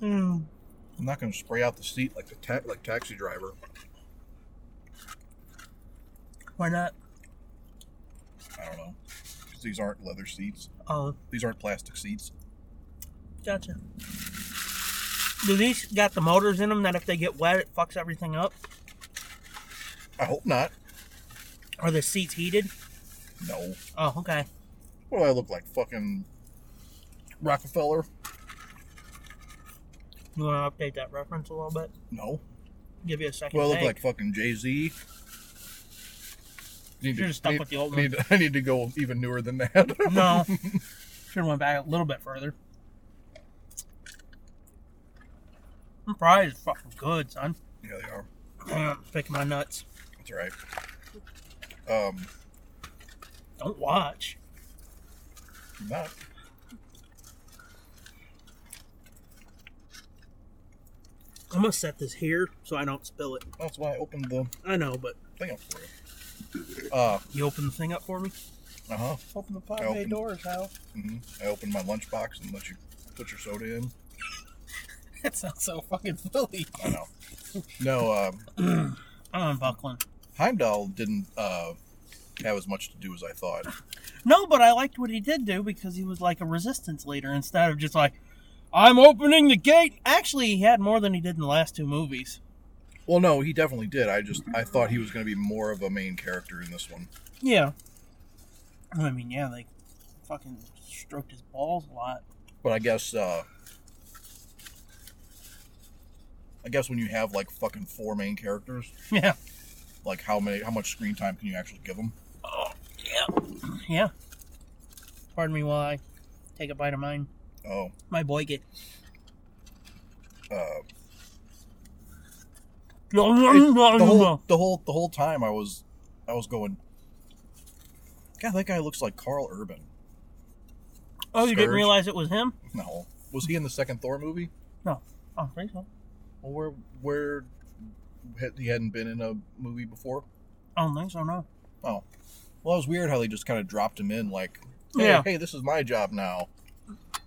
Mm.
I'm not gonna spray out the seat like the ta- like taxi driver.
Why not?
I don't know. 'Cause These aren't leather seats.
Oh,
These aren't plastic seats.
gotcha. Do these got the motors in them that if they get wet, it fucks everything up?
I hope not.
Are the seats heated?
No.
Oh, okay.
What do I look like? Fucking Rockefeller?
You want to update that reference a little bit?
No.
Give you a second.
Well, I look
take.
like fucking Jay Z. Need
Should've stuck with the old one.
need, I need to go even newer than that.
no. Should have went back a little bit further. Them fries is fucking good, son.
yeah, they are.
Damn, pick my nuts.
That's right. Um,
Don't watch.
I'm not.
I'm gonna set this here so I don't spill it.
That's why I opened the
I know, but
thing up for you. Uh,
you open the thing up for me.
uh huh.
Open the
I
pod
opened-
doors, Hal.
hmm I opened my lunchbox and let you put your soda in.
That sounds so fucking Philly.
I know. No, um,
I'm unbuckling.
Heimdall didn't uh, have as much to do as I thought.
No, but I liked what he did do because he was like a resistance leader instead of just like, I'm opening the gate. Actually, he had more than he did in the last two movies.
Well, no, he definitely did. I just I thought he was going to be more of a main character in this one.
Yeah. I mean, yeah, they fucking stroked his balls a lot.
But I guess uh, I guess when you have like fucking four main characters,
Yeah.
like how many how much screen time can you actually give them?
Yeah. Pardon me while I take a bite of mine.
Oh,
My boy get.
uh, the whole
Well,
the whole the whole time I was I was going. God, that guy looks like Carl Urban.
oh, you didn't
Scourge.
realize it was him?
No, was he in the second Thor movie?
No. I don't think so.
Well, where where had- he hadn't been in a movie before.
I don't think so, no.
Oh, well, it was weird how they just kind of dropped him in, like, hey,
Yeah.
hey, this is my job now.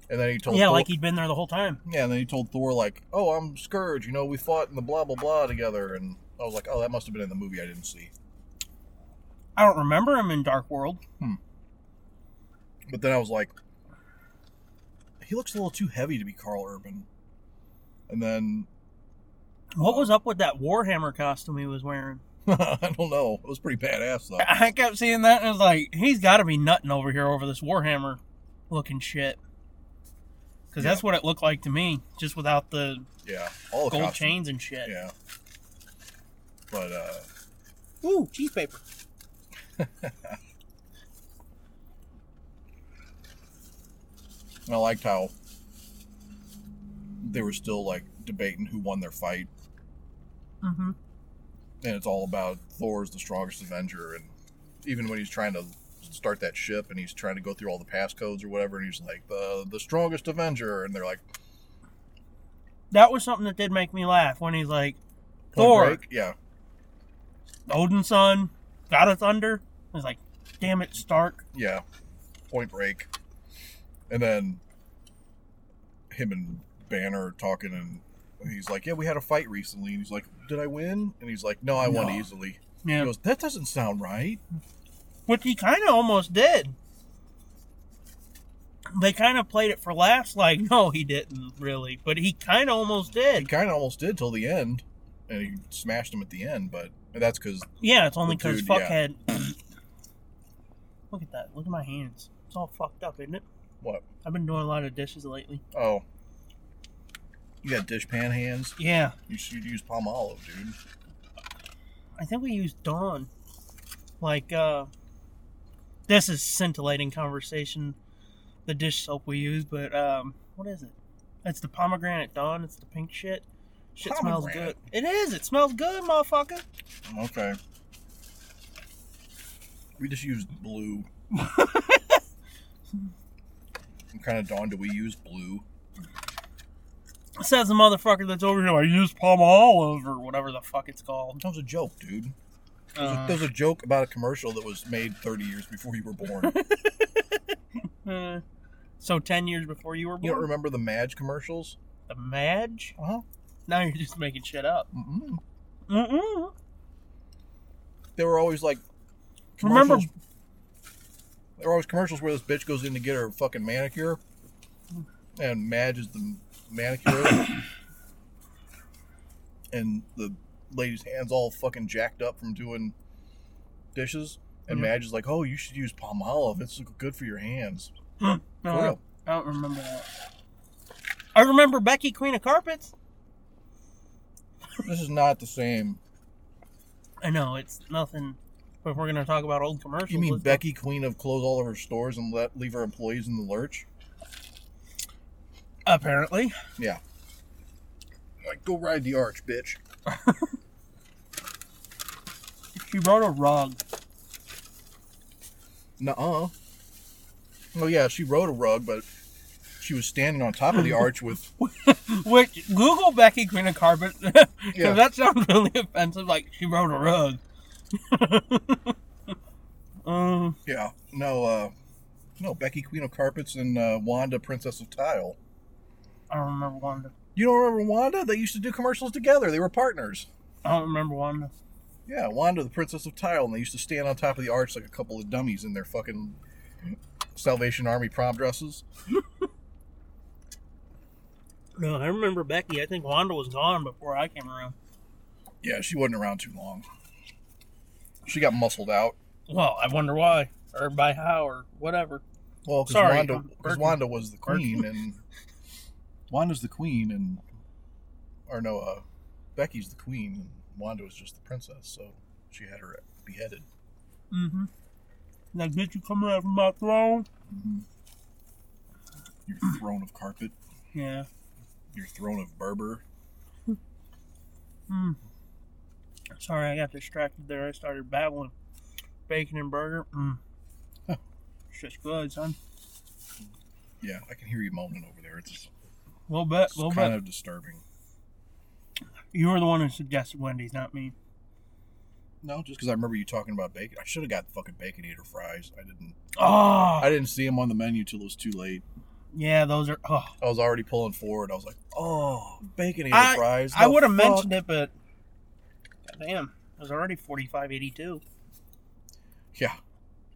And then he told
Yeah,
Thor,
like he'd been there the whole time.
yeah, and then he told Thor like, oh, I'm Scourge. You know, we fought in the blah blah blah together, and I was like, oh, that must have been in the movie I didn't see.
I don't remember him in Dark World.
But then I was like, he looks a little too heavy to be Carl Urban. And then
What was up with that Warhammer costume he was wearing?
I don't know, it was pretty badass though.
I kept seeing that and I was like, he's got to be nutting over here over this Warhammer looking shit. Because that's what it looked like to me, just without the
Yeah, all the
gold
costumes.
chains and shit.
Yeah. But uh,
Ooh, cheese paper.
I liked how they were still like debating who won their fight.
Mm-hmm.
and it's all about Thor's the strongest Avenger, and even when he's trying to start that ship and he's trying to go through all the passcodes or whatever, and he's like the the strongest Avenger, and they're like
That was something that did make me laugh when he's like, Thor,
break. yeah,
Odin's son, God of Thunder. I was like, damn it, Stark.
yeah, Point Break, and then him and Banner are talking, and, and he's like, yeah, we had a fight recently, and he's like, did I win? And he's like, no, I won
No.
easily. He
Yeah.
goes, that doesn't sound right.
Which he kind of almost did. They kind of played it for laughs, like, no, he didn't really. But he kind of almost
He
did.
kind of almost did till the end, and he smashed him at the end, but that's because
Yeah, it's only
The
because
dude, yeah.
fuckhead. Look at that. Look at my hands. It's all fucked up, isn't it?
what?
I've been doing a lot of dishes lately.
Oh, you got dish pan hands.
Yeah,
You should use palm olive, dude.
I think we used Dawn. Like, uh, this is scintillating conversation. The dish soap we use, but um, what is it? It's the pomegranate Dawn. It's the pink shit. Shit smells good.
Pomegranate.
It is. It smells good, motherfucker.
Okay. We just used blue. what kind of dawn do we use blue?
Says the motherfucker that's over here. I use palm olive or whatever the fuck it's called.
That was a joke, dude. There's
Uh,
a, there's a joke about a commercial that was made 30 years before you were born.
uh, so ten years before you were born.
you don't remember the Madge commercials?
the Madge?
Uh-huh.
Now you're just making shit up.
Mm-mm.
Mm-mm.
they were always like
Remember-
commercials- there were always commercials where this bitch goes in to get her fucking manicure and Madge is the manicure and the lady's hands all fucking jacked up from doing dishes and
Yeah.
Madge is like, "Oh, you should use palm olive. It's good for your hands."
No,
For real.
Uh, I don't remember that. I remember Becky Queen of Carpets.
This is not the same.
I know it's nothing, but if we're gonna talk about old commercials.
You mean
let's-
Becky, queen of close all of her stores and let leave her employees in the lurch?
Apparently,
Yeah. Like, go ride the arch, bitch.
she wrote a rug.
Nuh-uh. Well, yeah, she rode a rug, but she was standing on top of the arch with.
Which Google Becky Queen of Carpets. 'cause
Yeah.
that sounds really offensive. Like she wrote a rug. um,
Yeah, no, uh, no, Becky Queen of Carpets and uh, Wanda Princess of Tile.
I don't remember Wanda.
You don't remember Wanda? They used to do commercials together. They were partners.
I don't remember Wanda.
Yeah, Wanda, the Princess of Tile, and they used to stand on top of the arch like a couple of dummies in their fucking Salvation Army prom dresses.
No, I remember Becky. I think Wanda was gone before I came around.
Yeah, she wasn't around too long. She got muscled out.
Well, I wonder why, or by how, or whatever.
Well, because
Sorry,
Wanda,
I'm
'cause
working.
Wanda was the queen,
Working.
and Wanda's the queen, and or no, uh, Becky's the queen, and Wanda was just the princess, so she had her beheaded.
Mm-hmm. Like, did you come out of my throne?
Your throne of carpet,
Yeah.
your throne of Berber.
Mm. Sorry, I got distracted there. I started babbling. Bacon and burger. Mm. It's just good, son.
Yeah, I can hear you moaning over there. It's,
A little bit,
it's
a little
kind
bit.
of disturbing.
You were the one who suggested Wendy's, not me.
No, just because I remember you talking about bacon. I should have got fucking bacon eater fries. I didn't.
Oh,
I didn't see them on the menu till it was too late.
yeah, those are. Oh.
I was already pulling forward. I was like, oh, bacon eater
I-
fries.
I
the
would have
fuck?"
mentioned it, but damn, it was already forty-five eighty-two.
Yeah.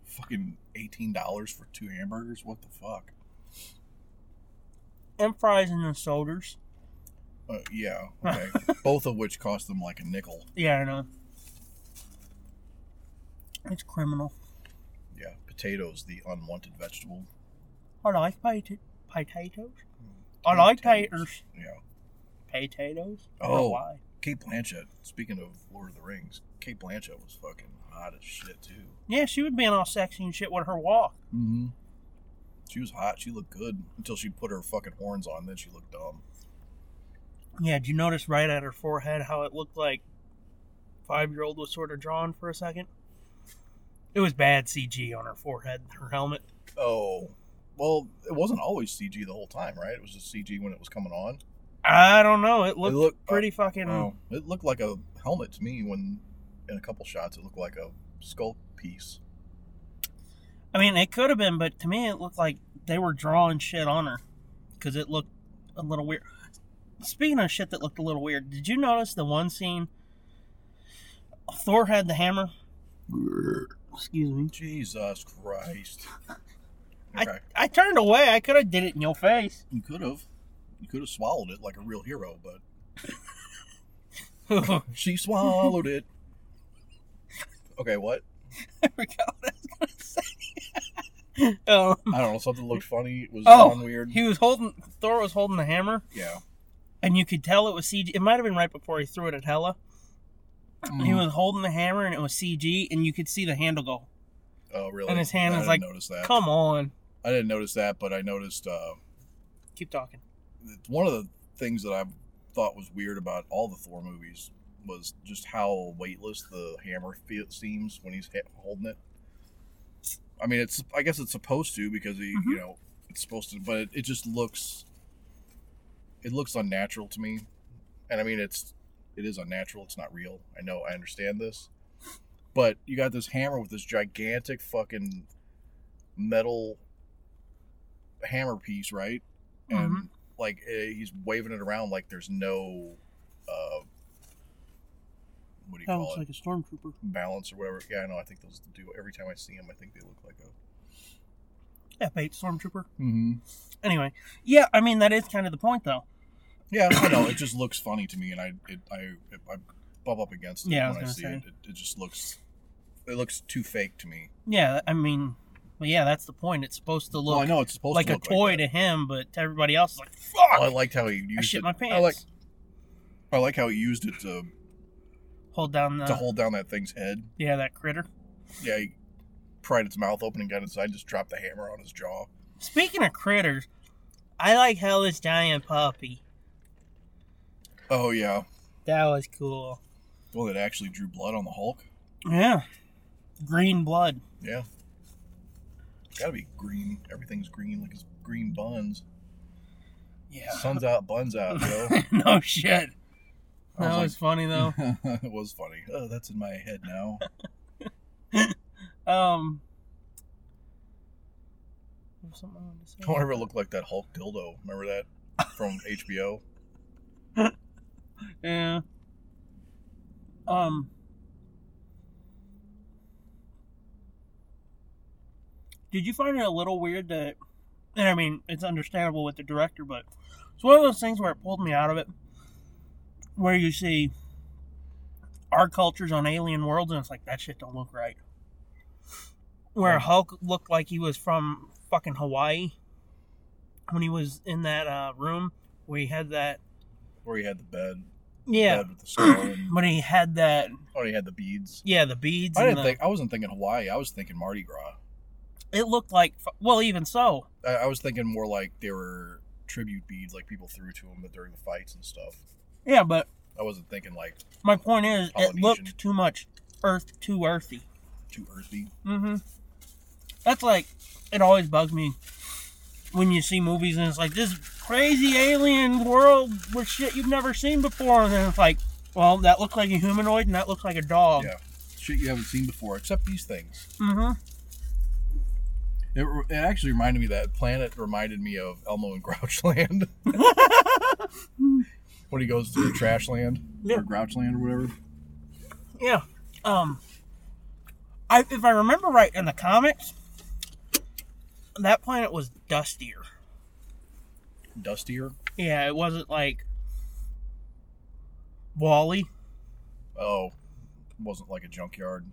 Fucking eighteen dollars for two hamburgers? What the fuck?
And fries and the sodas.
Uh, yeah. Okay. Both of which cost them like a nickel.
Yeah, I know. It's criminal.
Yeah. Potatoes, the unwanted vegetable.
I like pota- potatoes. I like taters.
Yeah.
Potatoes. I don't know
Oh.
why.
Kate Blanchett. Speaking of Lord of the Rings, Kate Blanchett was fucking hot as shit too.
Yeah, she was being all sexy and shit with her walk.
Mm-hmm. She was hot. She looked good until she put her fucking horns on. Then she looked dumb.
Yeah, did you notice right at her forehead how it looked like five year old was sort of drawn for a second. It was bad CG on her forehead, her helmet.
Oh, well, it wasn't always CG the whole time, right? It was just CG when it was coming on.
I don't know. It looked,
looked-
pretty fucking.
Oh, it looked like a helmet to me when, in a couple shots, it looked like a skull piece.
I mean, it could have been, but to me, it looked like they were drawing shit on her because it looked a little weird. Speaking of shit that looked a little weird, did you notice the one scene? Thor had the hammer. Excuse me.
Jesus Christ!
I, I turned away. I could have did it in your face.
you could have, you could have swallowed it like a real hero, but
I
she swallowed it. Okay, what?
forgot what I was gonna say. um,
I don't know. Something looked funny. It was
oh,
drawn weird.
he was holding Thor was holding the hammer,
yeah.
and you could tell it was CG. It might have been right before he threw it at Hela.
Mm.
He was holding the hammer, and it was CG, and you could see the handle go.
Oh, really?
and his hand
I
is
didn't
like,
notice that.
Come on,
I didn't notice that, but I noticed uh,
keep talking.
it's one of the things that I thought was weird about all the Thor movies was just how weightless the hammer fe- seems when he's ha- holding it. I mean, it's I guess it's supposed to because he, you know, it's supposed to, but it, it just looks it looks unnatural to me. And I mean, it's it is unnatural. It's not real. I know. I understand this, but you got this hammer with this gigantic fucking metal hammer piece, right? And like eh, he's waving it around like there's no uh what do you
That
call
looks
it
like a stormtrooper.
balance or whatever yeah i know i think those do every time i see them i think they look like a
F eight stormtrooper.
mm-hmm.
Anyway, yeah, I mean that is kind of the point though.
yeah i know it just looks funny to me and i it, i if i bump up against it
Yeah, I was
when i
gonna
see
say.
it, it it just looks it looks too fake to me
Yeah, I mean, well, yeah, that's the point. It's supposed to look
well i know it's supposed
like
to
a
look
toy
like that.
to him, but to everybody else, it's like
Oh, i
fuck.
liked how he used
I shit
it
my pants.
i like i like how he used it to
hold down the
to hold down that thing's head
yeah that critter.
yeah he pried its mouth open and got inside just dropped the hammer on his jaw
Speaking of critters, I like how this giant puppy.
oh yeah
That was cool.
well it actually drew blood on the hulk
Yeah, green blood.
Yeah. It's gotta be green. Everything's green, like it's green buns.
Yeah.
Sun's out, buns out, yo.
no shit.
I
That was,
was
funny though.
it was funny. Oh, that's in my head now.
um. there was something I wanted to say.
Don't ever look like that Hulk dildo. Remember that from HBO?
Yeah. Eh, Um. Did you find it a little weird that, and I mean, it's understandable with the director, but it's one of those things where it pulled me out of it, where you see our cultures on alien worlds, and it's like that shit don't look right. Where Hulk looked like he was from fucking Hawaii when he was in that uh, room where he had that
Where he had the bed,
yeah
bed with the star, and
when he had that
oh, he had the beads.
yeah the beads
I
and
didn't
the-
think. I wasn't thinking Hawaii. I was thinking Mardi Gras.
it looked like well even so
I, I was thinking more like they were tribute beads, like people threw to him during the fights and stuff.
yeah but
I wasn't thinking like
my point is it
Polynesian.
looked too much earth too earthy
too earthy.
mm-hmm that's like it always bugs me when you see movies and it's like this crazy alien world with shit you've never seen before and then it's like well that looks like a humanoid and that looks like a dog
Yeah, shit you haven't seen before, except these things.
mm-hmm
It, it actually reminded me that planet reminded me of Elmo and Grouchland. when he goes to Trashland
Yeah.
or Grouchland or whatever.
Yeah. Um. I if I remember right in the comics, that planet was dustier.
Dustier.
Yeah, it wasn't like Wally.
Oh, wasn't like a junkyard,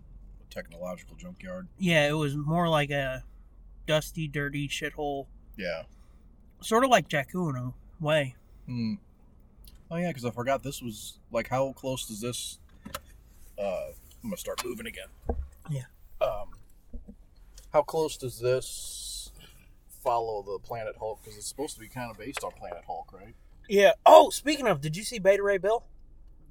a technological junkyard.
Yeah, it was more like a dusty, dirty shithole,
Yeah.
sort of like Jakku in a way.
Hmm. Oh yeah, because I forgot this was like how close does this? Uh, I'm gonna start moving again.
Yeah.
Um, how close does this follow the Planet Hulk? Because it's supposed to be kind of based on Planet Hulk, right?
Yeah. Oh, speaking of, did you see Beta Ray Bill?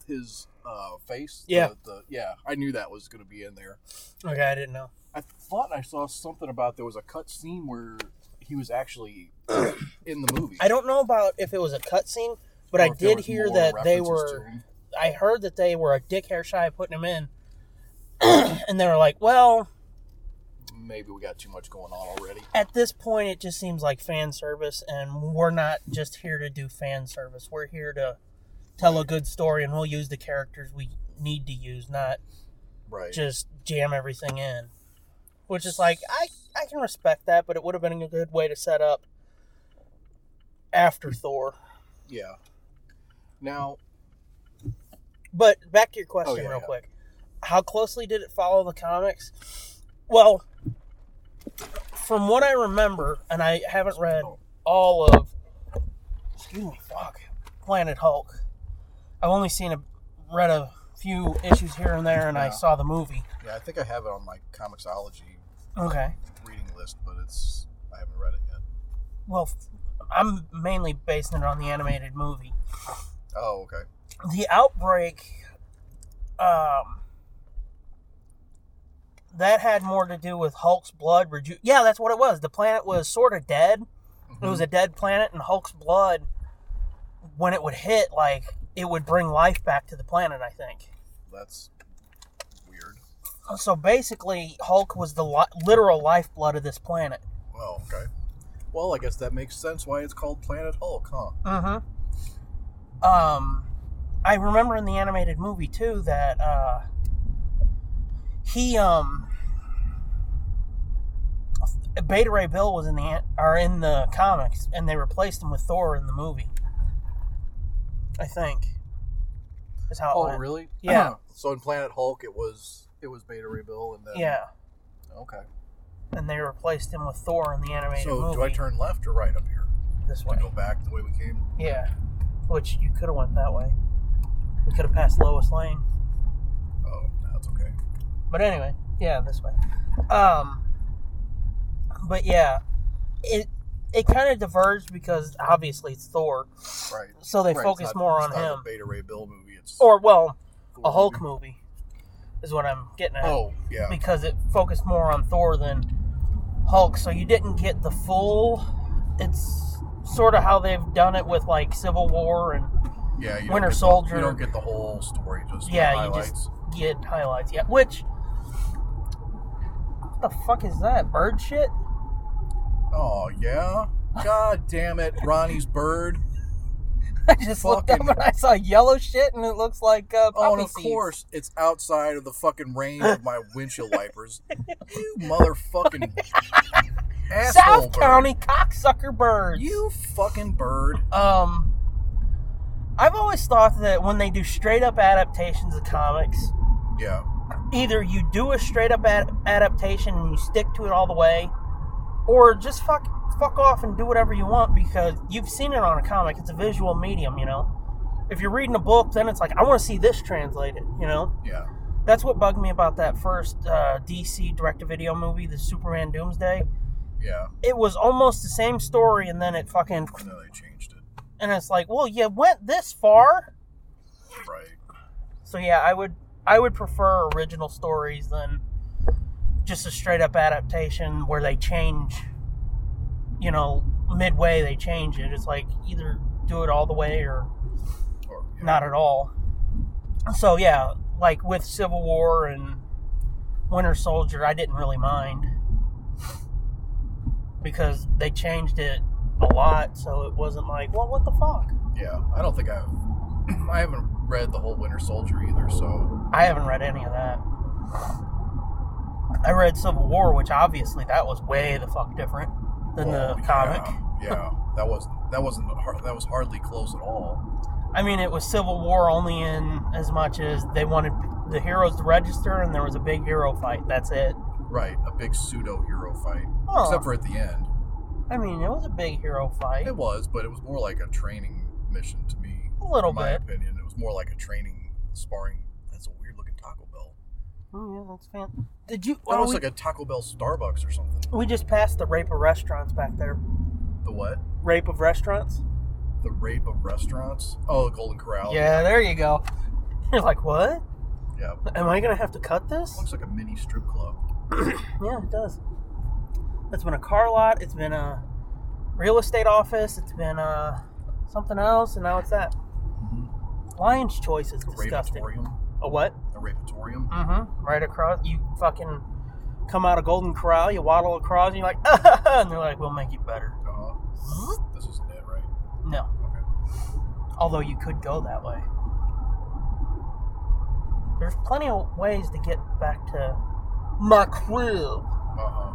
his uh, face.
Yeah.
The, the, yeah, I knew that was going to be in there.
Okay, I didn't know.
I thought I saw something about there was a cut scene where he was actually in the movie.
I don't know about if it was a cutscene, but
Or
I
if there
did
was
hear
more
that they
references
were.
to him.
I heard that they were a dick hair shy of putting him in, and they were like, "Well,
Maybe we got too much going on already.
at this point, it just seems like fan service, and we're not just here to do fan service. We're here to tell a good story, and we'll use the characters we need to use, not
Right.
just jam everything in." Which is like I I can respect that, but it would have been a good way to set up after Thor.
yeah. Now,
But back to your question,
Oh, yeah,
real
yeah.
quick. How closely did it follow the comics? Well, from what I remember, and I haven't read all of. Excuse me, fuck. Planet Hulk. I've only seen a read a few issues here and there, and I
Yeah.
saw the movie.
yeah, I think I have it on my comicsology
Okay.
reading list, but it's I haven't read it yet.
Well, f- I'm mainly basing it on the animated movie.
Oh, okay.
the outbreak um that had more to do with Hulk's blood reju- yeah that's what it was the planet was sort of dead it was a dead planet and Hulk's blood when it would hit like it would bring life back to the planet I think
That's weird.
so basically Hulk was the li- literal lifeblood of this planet
Oh, okay. Well, I guess that makes sense why it's called Planet Hulk, huh?
mhm um I remember in the animated movie too that uh he um Beta Ray Bill was in the an- or in the comics and they replaced him with Thor in the movie. I think. Is how it went.
Oh, really?
Oh, Yeah.
so in Planet Hulk, it was it was Beta Ray Bill, and then
Yeah.
okay.
And they replaced him with Thor in the animated
So
movie.
do I turn left or right up here?
this
Do
way?
I go back the way we came?
Yeah. Which you could have went that way. We could have passed Lois Lane.
Oh, no, that's okay.
But anyway, yeah, this way. Um, but yeah, it it kind of diverged because obviously it's Thor,
Right.
so they
Right,
focus
it's not-
more on
it's not
him.
the Beta Ray Bill movie. It's
Or well, a
Thor
Hulk
movie.
movie is what I'm getting at.
Oh, yeah.
because it focused more on Thor than Hulk, so you didn't get the full. It's sort of how they've done it with like Civil War and
yeah. You don't
Winter
get the-
Soldier.
you don't get the whole story. Just the
Yeah, you
highlights.
just get highlights. Yeah, which what the fuck is that bird shit?
Oh yeah. God damn it, Ronnie's bird.
I just looked up
Fucking-
and I saw yellow shit, and it looks like uh,
Oh,
poppy
and of
seeds.
course, it's outside of the fucking range of my windshield wipers. you motherfucking asshole
South
bird.
County cocksucker birds.
You fucking bird.
um, I've always thought that when they do straight up adaptations of comics,
Yeah.
either you do a straight up ad- adaptation and you stick to it all the way, or just fuck fuck off and do whatever you want because you've seen it on a comic. It's a visual medium, you know. If you're reading a book, then it's like I want to see this translated, you know.
Yeah.
That's what bugged me about that first uh, DC direct to video movie, the Superman Doomsday.
Yeah.
It was almost the same story, and then it fucking
And then they changed it.
and it's like, well, you went this far.
Right.
So yeah, I would I would prefer original stories than just a straight up adaptation where they change. You know, midway they change it. It's like either do it all the way or
Or, yeah.
not at all. So yeah, like with Civil War and Winter Soldier, I didn't really mind because they changed it a lot, so it wasn't like, well, what the fuck?
Yeah. I don't think I've. I haven't read the whole Winter Soldier either, so
I haven't read any of that. I read Civil War, which obviously that was way the fuck different than the
Well,
comic.
Yeah, yeah. that was that wasn't har- that was hardly close at all.
I mean, it was Civil War only in as much as they wanted the heroes to register, and there was a big hero fight. That's it.
Right, a big pseudo hero fight,
Oh.
except for at the end.
I mean, it was a big hero fight.
It was, but it was more like a training mission to me.
A little
in my
bit.
opinion, it was more like a training sparring. That's a weird looking Taco Bell.
Oh, yeah, that's fan. Did you?
That
Oh,
was
we,
like a Taco Bell Starbucks or something.
we just passed the rape of restaurants back there.
The what?
Rape of restaurants?
The rape of restaurants? Oh, the Golden Corral.
Yeah, there you go. You're like, what?
Yeah.
Am I gonna have to cut this?
Looks like a mini strip club.
Yeah, it does. It's been a car lot. It's been a real estate office. It's been uh, something else, and now it's that.
Mm-hmm.
Lion's choice is disgusting.
Rapatorium.
A what?
A rapatorium.
Mm-hmm. Right across. You fucking come out of Golden Corral. You waddle across, and you're like, ah, and they're like, we'll make you better.
Uh, this isn't it, right?
No. Although you could go that way. There's plenty of ways to get back to my crib.
Uh-huh.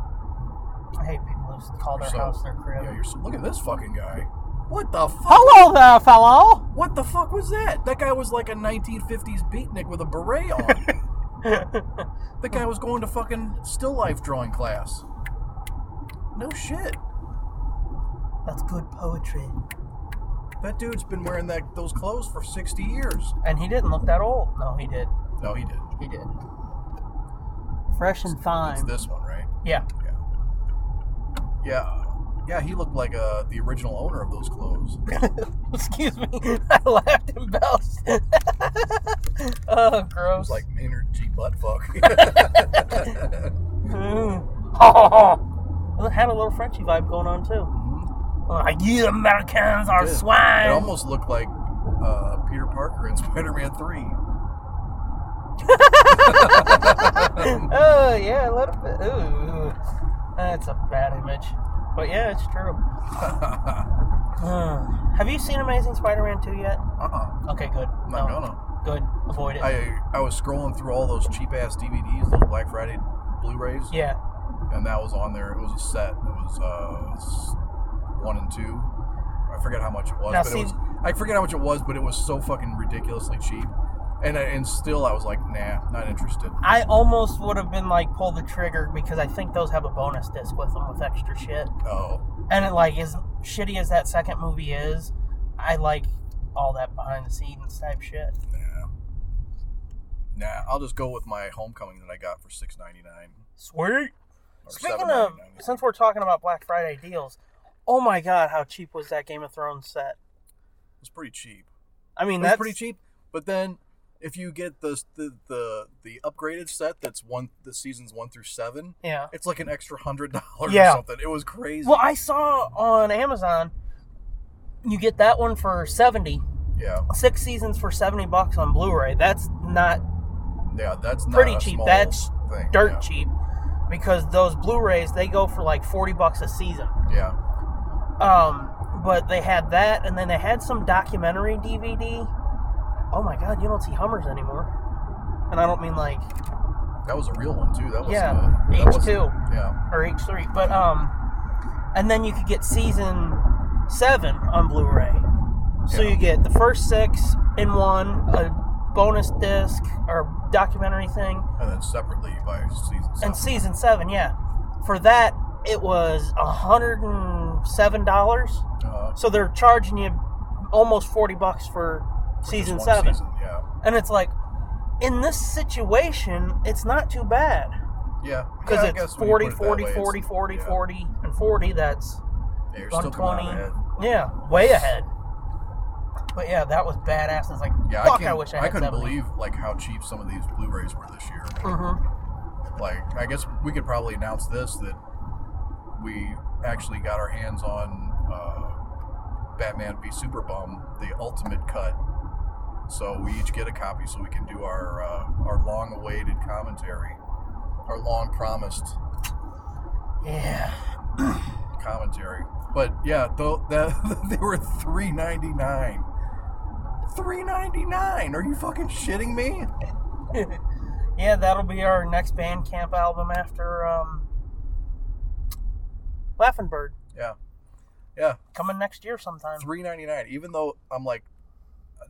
I hate people who call their
So-
house their crib.
Yeah, you're so, look at this fucking guy. What the fuck?
Hello there, fellow.
What the fuck was that? That guy was like a 1950s beatnik with a beret on. the guy was going to fucking still life drawing class. No shit.
That's good poetry.
That dude's been wearing that those clothes for 60 years.
And he didn't look that old. No, he did.
No, he did.
He did. Fresh and
It's
fine.
this one, right?
Yeah.
Yeah. Yeah. Yeah, he looked like uh, the original owner of those clothes.
Excuse me. I laughed and belched. oh, gross.
It's like Maynard G. Buttfuck.
Well, it Mm. had a little Frenchy vibe going on too. Like, you Americans are
did.
swine.
It almost looked like uh, Peter Parker in Spider-Man Three.
oh yeah, a little bit. Ooh, that's a bad image. But yeah, it's true.
Uh-huh.
Uh, have you seen Amazing Spider-Man 2 yet?
Uh-uh.
Okay, good.
Not gonna.
Good. Avoid it.
I I was scrolling through all those cheap ass DVDs, those Black Friday Blu-rays,
yeah.
and that was on there. It was a set. It was uh, s- one and two. I forget how much it was,
Now,
but
see-
it was. I forget how much it was, but it was so fucking ridiculously cheap. And, I- and still, I was like, nah, not interested.
I almost would have been like pull the trigger because I think those have a bonus disc with them with extra shit.
Oh,
And it, like as shitty as that second movie is, I like all that behind the scenes type shit.
nah. I'll just go with my Homecoming that I got for six ninety nine.
Sweet. Speaking of, since we're talking about Black Friday deals, oh my god, how cheap was that Game of Thrones set?
it's pretty cheap.
I mean,
It's
that's
pretty cheap. But then if you get the the the, the upgraded set that's one the seasons one through seven,
Yeah.
it's like an extra hundred dollars
Yeah.
or something. It was crazy.
Well, I saw on Amazon, you get that one for seventy.
yeah,
Six seasons for seventy bucks on Blu-ray. That's not
yeah, that's not
pretty
a
cheap.
small
That's
thing.
dirt
yeah.
cheap because those Blu-rays they go for like forty bucks a season.
Yeah,
Um, but they had that, and then they had some documentary DVD. Oh my god, you don't see Hummers anymore, and I don't mean like
that was a real one too. That was
Yeah,
uh, that
H2.
wasn't- Yeah,
or H three, but um, and then you could get season seven on Blu-ray. So
Yeah.
you get the first six in one, a bonus disc or documentary thing,
and then separately by season seven.
and season seven. Yeah, for that it was a hundred and seven dollars.
uh,
So they're charging you almost forty bucks for season
one
seven,
Season, yeah,
and it's like in this situation, it's not too bad
yeah,
because
yeah, I
it's
guess when
40,
you put it that
40,
way,
40,
it's-
40,
yeah.
40, and forty. That's
Yeah, you're still coming
120.
out ahead.
Yeah, way ahead. But yeah, that was badass. It's like,
Yeah, I,
fuck, I,
can't,
wish I had
couldn't
70.
believe like how cheap some of these Blu-rays were this year.
Mhm.
like I guess we could probably announce this that we actually got our hands on uh, Batman v Superbum, the ultimate cut. So we each get a copy, so we can do our uh, our long-awaited commentary, our long-promised
Yeah.
commentary. But yeah, though that they were three ninety nine. Three ninety nine? Are you fucking shitting me?
Yeah, that'll be our next Bandcamp album after um, Laughing Bird
Yeah, yeah.
coming next year sometime.
three ninety nine. Even though I'm like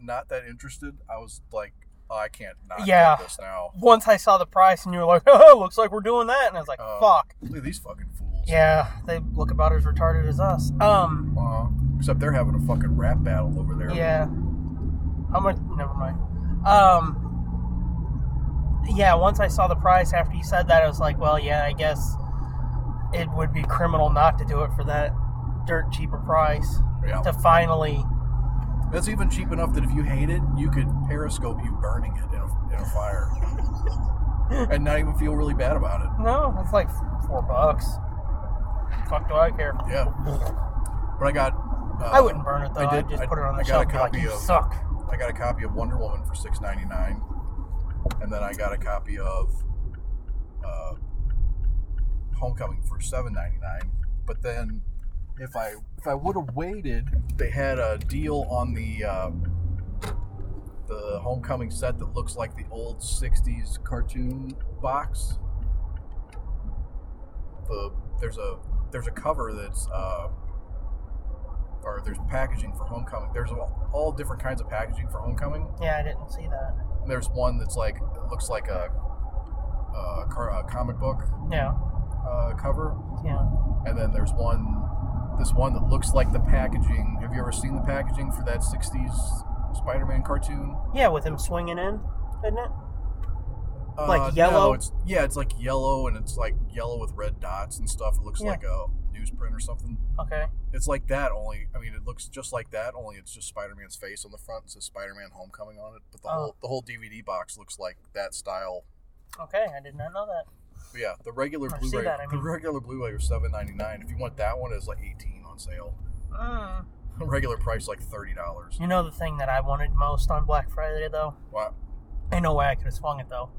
not that interested, I was like, oh, I can't not
Yeah.
get this now.
Once I saw the price and you were like, oh, looks like we're doing that. And I was like,
Oh.
fuck.
Look at these fucking fools.
Yeah, they look about as retarded as us. Um,
Uh, except they're having a fucking rap battle over there.
yeah. How much? Never mind. Um, yeah, once I saw the price after you said that, I was like, well, yeah, I guess it would be criminal not to do it for that dirt cheaper price
Yeah.
to finally
That's even cheap enough that if you hate it, you could periscope you burning it in a, in a fire, and not even feel really bad about it.
No, it's like four bucks. Fuck, do I care?
Yeah. But I got. Uh,
I wouldn't burn it though.
I
I
did-
would just
I-
put it on
I
the shelf.
got a
and be like,
copy
you
of-
suck.
I got a copy of Wonder Woman for six ninety nine, and then I got a copy of uh, Homecoming for seven ninety nine. But then, if I if I would have waited, they had a deal on the uh, the Homecoming set that looks like the old sixties cartoon box. The there's a there's a cover that's. Uh, or there's packaging for homecoming. There's all, all different kinds of packaging for homecoming.
Yeah, I didn't see that.
And there's one that's like it looks like a, a, car, a comic book
Yeah,
uh, cover,
yeah.
and then there's one this one that looks like the packaging. Have you ever seen the packaging for that '60s Spider-Man cartoon?
Yeah, with him swinging in, isn't it?
Uh,
Like yellow?
No, it's yeah, it's like yellow, and it's like yellow with red dots and stuff. It looks
Yeah.
like a newsprint or something.
Okay.
It's like that only. I mean, it looks just like that only. It's just Spider Man's face on the front. It says Spider Man Homecoming on it, but the
Oh.
whole the whole DVD box looks like that style.
Okay, I did not know that.
But yeah, the regular
I see
Blu-ray.
that, I
The
mean-
regular Blu-ray was seven ninety nine. If you want that one, it's like eighteen on sale.
Mm.
Regular price like thirty dollars.
You know the thing that I wanted most on Black Friday though?
Wow.
Ain't no way I could have swung it though.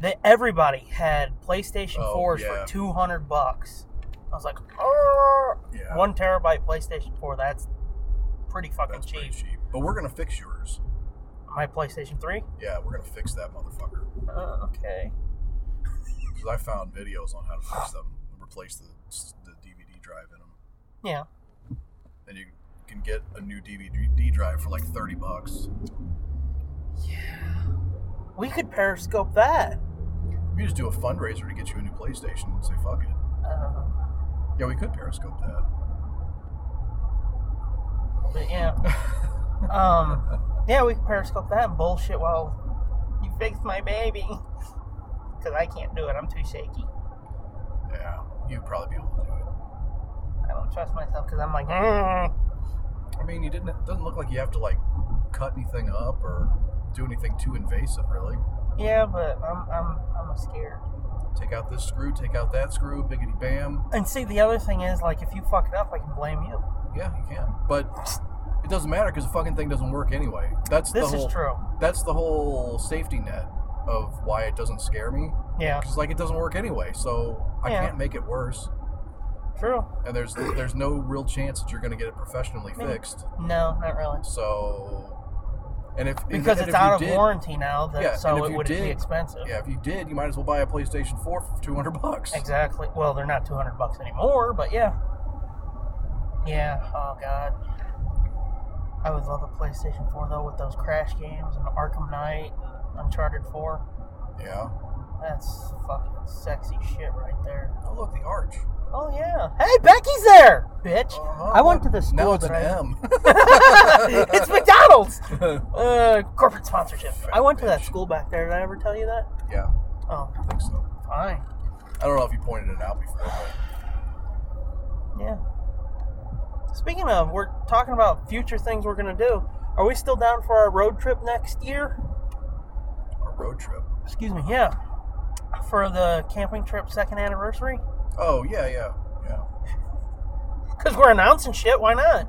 That everybody had PlayStation
Oh,
4s
yeah.
for 200 bucks. I was like, "Arr."
Yeah.
one terabyte PlayStation 4, that's pretty fucking
That's
cheap.
pretty cheap. But we're gonna fix yours.
My PlayStation 3?
Yeah, we're gonna fix that motherfucker
Uh, okay.
because I found videos on how to fix them and replace the the DVD drive in them.
Yeah.
And you can get a new DVD drive for like thirty bucks.
We could periscope that.
We just do a fundraiser to get you a new PlayStation and say fuck it.
Uh,
Yeah, we could Periscope that.
but yeah. um, yeah, we could periscope that and bullshit while you fix my baby. Because I can't do it. I'm too shaky.
Yeah, you'd probably be able to do it.
I don't trust myself because I'm like, "Mm."
I mean, you didn't. It doesn't look like you have to like cut anything up or do anything too invasive, really.
yeah, but I'm, I'm, I'm scared.
Take out this screw, take out that screw, biggity bam.
And see, the other thing is, like, if you fuck it up, I can blame you.
Yeah, you can. But it doesn't matter because the fucking thing doesn't work anyway. That's
This
the whole,
is true.
That's the whole safety net of why it doesn't scare me.
Yeah,
Because like it doesn't work anyway, so I
Yeah.
can't make it worse.
true.
And there's there's no real chance that you're going to get it professionally
Maybe.
fixed.
No, not really.
So, and if and-
Because
and
it's
if you
out of
did-
warranty now, that,
Yeah, and
so
if
it
you
would be
did-
expensive.
Yeah, if you did, you might as well buy a PlayStation Four for two hundred bucks.
Exactly. Well, they're not 200 bucks anymore, but yeah. Yeah, oh god. I would love a PlayStation 4 though with those Crash games and Arkham Knight and Uncharted 4.
Yeah.
That's fucking sexy shit right there.
Oh look, the arch.
Oh yeah. Hey, Becky's there, bitch.
Uh-huh,
I went
look,
to the school.
Now it's an
that I-
M.
it's McDonald's. Uh, corporate sponsorship. I went to that
bitch.
school back there. Did I ever tell you that?
yeah,
Oh,
I think so.
fine.
I don't know if you pointed it out before, but
Yeah. Speaking of, we're talking about future things we're gonna do. Are we still down for our road trip next year?
a road trip.
Excuse me. Yeah. For the camping trip second anniversary.
Oh yeah, yeah, yeah,
Cause we're announcing shit. Why not?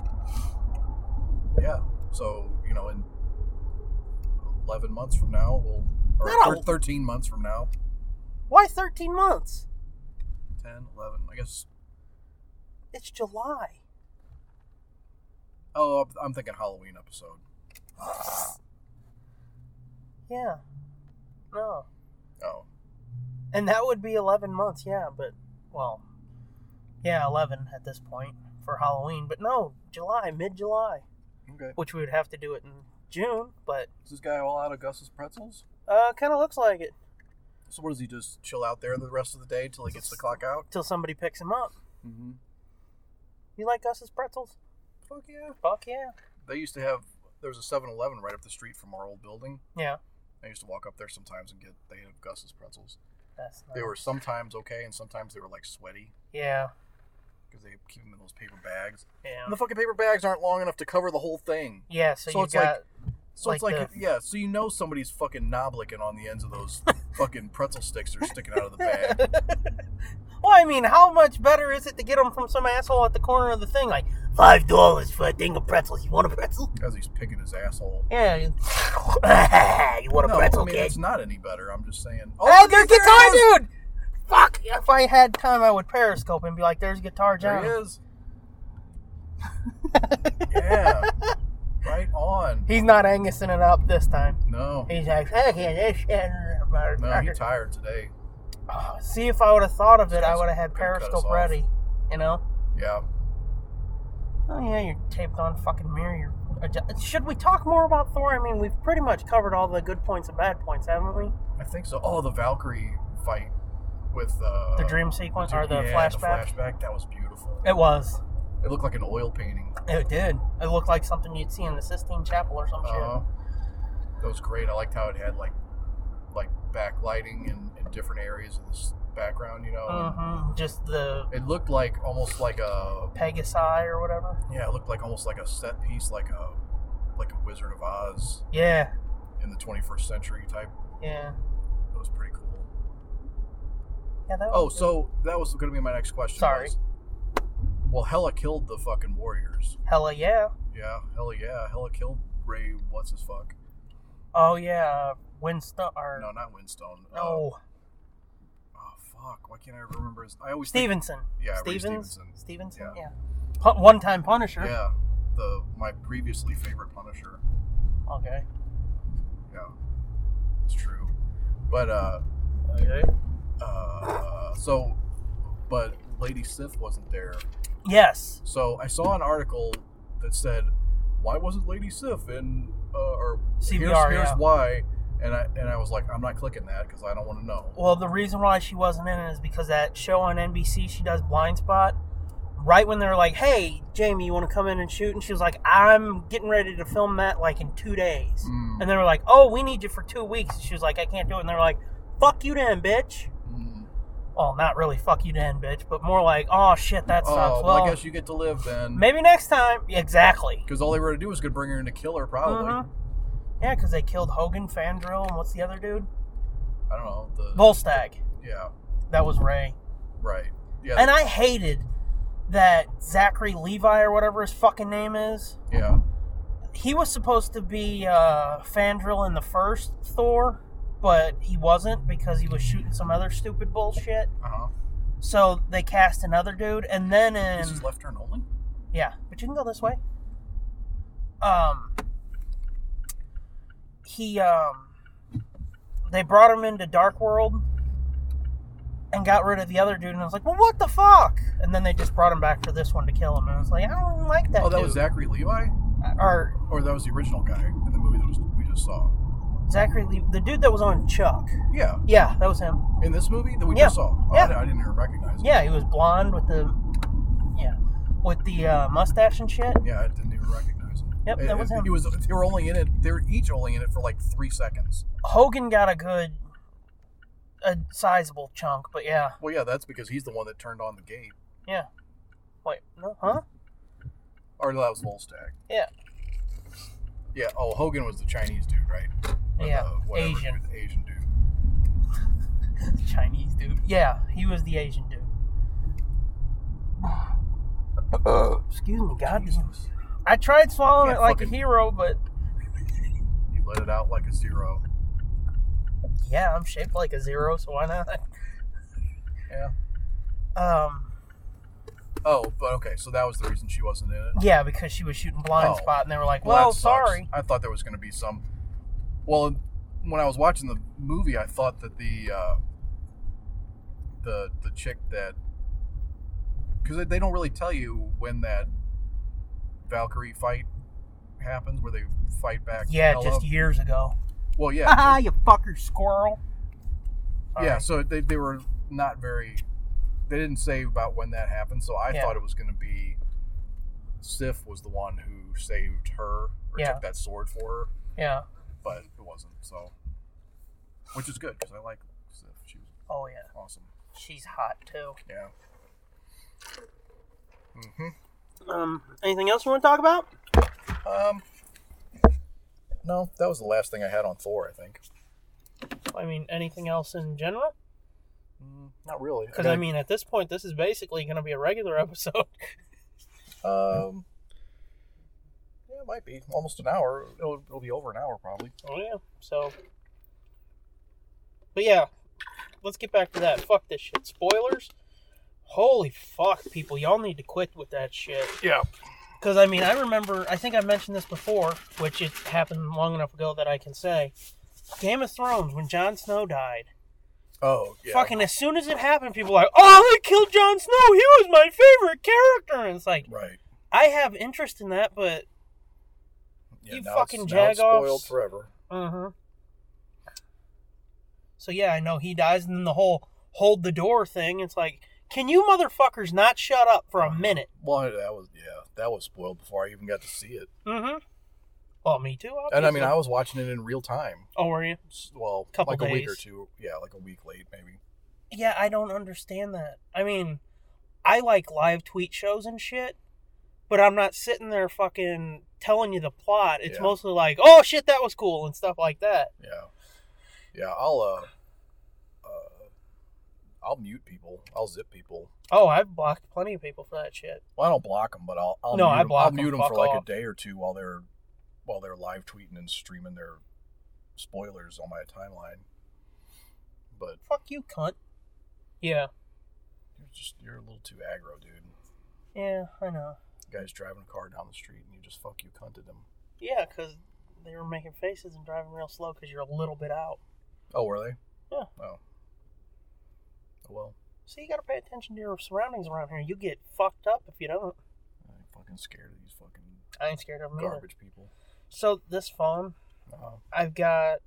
yeah. So you know, in eleven months from now, we'll or
Not a-
thir- thirteen months from now,
Why 13 months?
10, 11, I guess.
It's July.
Oh, I'm- I'm thinking Halloween episode.
Yeah. No.
Oh,
And that would be 11 months, yeah, but, well, yeah, 11 at this point for Halloween. But no, July, mid July,
okay.
which we would have to do it in June, but
Is this guy all out of Gus's pretzels?
uh, kind of looks like it
So what does he just chill out there the rest of the day till he gets the clock out?
till somebody picks him up.
Mm-hmm.
You like Gus's pretzels?
Fuck yeah.
Fuck yeah.
They used to have there was a 7-Eleven right up the street from our old building.
Yeah.
I used to walk up there sometimes and get they had Gus's pretzels.
That's nice.
They were sometimes okay and sometimes they were like sweaty.
Yeah.
because they keep them in those paper bags.
Yeah.
And the fucking paper bags aren't long enough to cover the whole thing.
Yeah, so,
So
you
it's like-
got
So it's
Like
like, yeah, so you know somebody's fucking nobblicking on the ends of those fucking pretzel sticks that are sticking out of the bag.
Well, I mean, how much better is it to get them from some asshole at the corner of the thing? Like, five dollars for a thing of pretzels. You want a pretzel?
As he's picking his asshole.
Yeah. You, you want a
No,
pretzel,
I mean,
kid?
it's not any better. I'm just saying.
Oh, there's
there
guitar,
it
dude! Fuck! If I had time, I would periscope and be like, there's guitar,
There
John.
he is. yeah. Right on.
He's not Angusing it up this time.
No.
He's like, okay, this shit.
No, he's tired today.
Oh, See, if I would have thought of it, I
guy's
would have had
gonna cut us
periscope
off.
ready. You know?
Yeah.
Oh yeah, you're taped on fucking mirror. You're adju- Should we talk more about Thor? I mean, we've pretty much covered all the good points and bad points, haven't we?
I think so. Oh, the Valkyrie fight with uh,
The dream sequence or the
yeah,
flashback?
flashback. That was beautiful.
It was.
It looked like an oil painting.
It did. It looked like something you'd see in the Sistine Chapel or some
Uh,
Oh, shit.
that was great. I liked how it had like like backlighting in, in different areas of this background. You know,
hmm Just the
it looked like almost like a
Pegasi or whatever.
yeah, it looked like almost like a set piece, like a like a Wizard of Oz
Yeah,
in the 21st century type.
yeah,
That was pretty cool.
yeah. That
Oh,
was
so that was going to be my next question.
Sorry.
was, well, Hella killed the fucking warriors.
hella yeah.
Yeah, hella yeah, hella killed Ray. What's his fuck?
Oh yeah, Winston or
No, not Winstone. uh,
no
oh fuck! Why can't I remember his? I always think-
Stevenson.
yeah, Ray
Stevens.
Stevenson.
Stevenson.
Yeah.
Yeah. Pu- one-time Punisher.
Yeah, the my previously favorite Punisher.
Okay.
Yeah, it's true. But uh,
Okay.
uh, so, but Lady Sith wasn't there.
Yes.
So I saw an article that said, "Why wasn't Lady Sif in?" Uh, or here's,
CBR,
here's
yeah.
why. And I and I was like, I'm not clicking that because I don't want to know.
Well, the reason why she wasn't in it is because that show on NBC she does Blind Spot. Right when they're like, "Hey, Jamie, you want to come in and shoot?" and she was like, "I'm getting ready to film that like in two days,"
Mm.
and they were like, "Oh, we need you for two weeks." And she was like, "I can't do it," and they're like, "Fuck you, then, bitch."
Mm.
Well, not really "fuck you, then, bitch," but more like, "Oh shit, that sucks."
Oh, well,
well,
I guess you get to live then.
maybe next time. Exactly.
Because all they were to do was could bring her in to kill her, probably.
Mhm. Yeah, because they killed Hogan, Fandrill, and what's the other dude?
I don't know. The
Volstagg.
yeah,
That was Ray.
right. Yeah,
And I hated that Zachary Levi or whatever his fucking name is.
yeah,
He was supposed to be uh, Fandral in the first Thor, but he wasn't because he was shooting some other stupid bullshit.
uh huh.
So they cast another dude, and then in
This is left turn only.
yeah, but you can go this way. Um, he um, they brought him into Dark World and got rid of the other dude, and I was like, well, what the fuck? And then they just brought him back for this one to kill him, and I was like, I don't like that.
oh, that
dude.
was Zachary Levi,
Or
or that was the original guy in the movie that was, we just saw.
Zachary Lee, the dude that was on Chuck.
Yeah,
Yeah, that was him.
in this movie that we
Yeah,
just saw. Oh, I,
yeah.
di- I didn't even recognize. him.
Yeah, he was blonde with the yeah, with the uh, mustache and shit.
Yeah, I didn't even recognize him.
Yep,
It-
that was
it-
him.
He was. They were only in it. They were each only in it for like three seconds.
Hogan got a good, a sizable chunk, but yeah.
Well, yeah, that's because he's the one that turned on the gate.
Yeah. Wait, no, huh?
Or that was Volstagg.
Yeah.
Yeah. Oh, Hogan was the Chinese dude, right? Or
Yeah,
the whatever
Asian.
dude, the Asian dude.
Chinese dude. Yeah, he was the Asian dude. Excuse me, God. I tried swallowing
Can't
it like
fucking-
a hero, but
He let it out like a zero.
yeah, I'm shaped like a zero, so why not?
Yeah.
Um,
Oh, but okay. So that was the reason she wasn't in it.
yeah, because she was shooting blind
Oh.
spot, and they were like,
that
"Well,
sucks.
sorry."
I thought there was going to be some. Well, when I was watching the movie, I thought that the uh, the the chick that because they don't really tell you when that Valkyrie fight happens, where they fight back.
Yeah,
Hela.
just years ago.
well, yeah,
Ah, you fucker squirrel.
yeah.
Alright.
So they, they were not very. They didn't say about when that happened, so I
Yeah.
thought it was going to be. Sif was the one who saved her or
Yeah.
took that sword for her.
Yeah.
but it wasn't. So, which is good because I like Sif. She was
Oh yeah,
awesome.
she's hot too.
Yeah.
Um, anything else you want to talk about?
No, that was the last thing I had on Thor. I think.
I mean, anything else in general?
Not really.
Because I mean, at this point, this is basically going to be a regular episode.
um, yeah, it might be almost an hour. It'll, it'll be over an hour probably.
oh yeah. So, but yeah, let's get back to that. Fuck this shit. Spoilers. Holy fuck, people! Y'all need to quit with that shit.
Yeah.
Because I mean, I remember. I think I mentioned this before, which it happened long enough ago that I can say. Game of Thrones when Jon Snow died.
Oh, yeah.
Fucking as soon as it happened, people were like, "Oh, they killed Jon Snow. He was my favorite character." And it's like,
right.
I have interest in that, but
Yeah,
You
now
fucking
it's, now it's
jagoffs.
spoiled forever.
Uh-huh. So yeah, I know he dies, and then the whole hold the door thing. It's like, can you motherfuckers not shut up for a minute?
Well, that was yeah, that was spoiled before I even got to see it.
Mm-hmm. Well, me too. Obviously.
And I mean, I was watching it in real time.
Oh, were you?
S- Well,
Couple
like a week or
days.
two. Yeah, like a week late maybe.
Yeah, I don't understand that. I mean, I like live tweet shows and shit, but I'm not sitting there fucking telling you the plot. It's
Yeah.
mostly like, oh shit, that was cool and stuff like that.
Yeah, yeah. I'll uh, uh, I'll mute people. I'll zip people.
Oh, I've blocked plenty of people for that shit.
Well, I don't block them, but I'll I'll
No,
mute
I
'em-
block
I'll
'em,
mute 'em
fuck
for like
off.
a day or two while they're while they're live tweeting and streaming their spoilers on my timeline. But
Fuck you, cunt. Yeah,
you're just you're a little too aggro, dude.
yeah, I know.
Guy's driving a car down the street and you just fuck you cunted him.
Yeah, because they were making faces and driving real slow because you're a little bit out.
Oh, were they?
Yeah.
Oh. Oh, Well,
So you got to pay attention to your surroundings around here. You get fucked up if you don't.
I'm fucking scared of these fucking
I ain't scared of them either.
garbage people.
So this phone,
Uh,
I've got.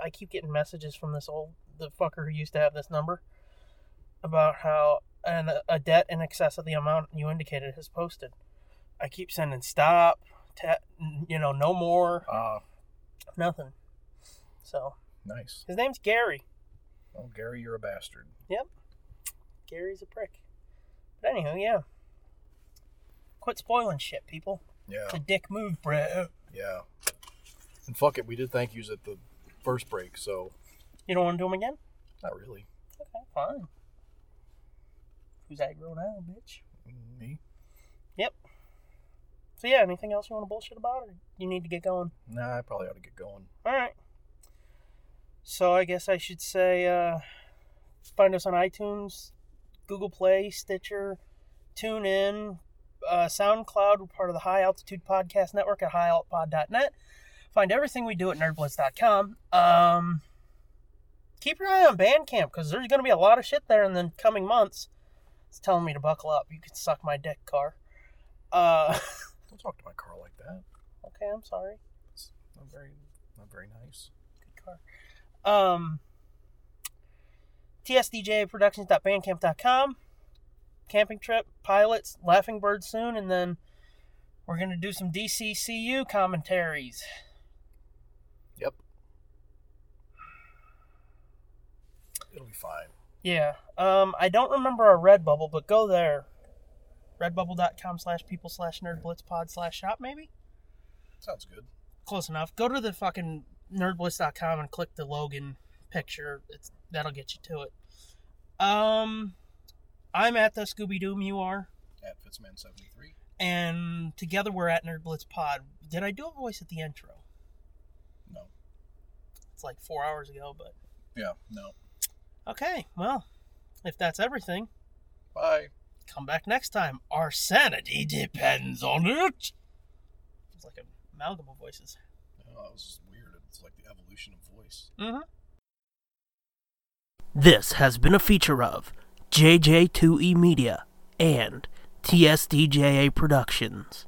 I keep getting messages from this old the fucker who used to have this number about how an, a debt in excess of the amount you indicated has posted. I keep sending stop, ta- you know, no more,
uh,
nothing. So
nice.
his name's Gary.
Well, Gary, you're a bastard.
Gary's a prick. But anywho, yeah. Quit spoiling shit, people.
Yeah.
It's a dick move, bro.
Yeah. And fuck it, we did thank yous at the first break, so
You don't want to do them again?
not really.
Okay, fine. Who's aggro now, bitch?
Me?
Yep. So yeah, anything else you want to bullshit about, or you need to get going?
Nah, I probably ought to get going.
All right. So I guess I should say, uh, find us on iTunes, Google Play, Stitcher, TuneIn, uh, SoundCloud. We're part of the High Altitude Podcast Network at highaltpod.net. Find everything we do at nerdblitz.com. Um, keep your eye on Bandcamp because there's going to be a lot of shit there in the coming months. It's telling me to buckle up. You can suck my dick, car. Uh,
Don't talk to my car like that.
okay, I'm sorry.
It's not very, not very nice.
good car. Um, tsdjproductions.bandcamp.com. Camping trip, pilots, Laughing Bird soon, and then we're going to do some DCCU commentaries.
Yep. It'll be fine.
Yeah. Um, I don't remember our Redbubble, but go there. Redbubble.com slash people slash nerdblitzpod slash shop, maybe?
Sounds good.
Close enough. Go to the fucking nerdblitz.com and click the Logan picture. It's, that'll get you to it. Um, I'm at the Scooby Doom. You are.
At Fitzman73.
and together we're at Nerd Blitz Pod. Did I do a voice at the intro?
No.
It's like four hours ago, but
Yeah, no.
okay. Well, if that's everything,
Bye.
come back next time. Our sanity depends on it. It's like an amalgam of voices.
Oh, that was just weird. It's like the evolution of voice.
Mm-hmm. This has been a feature of E JJ2E Media and TSDJA Productions.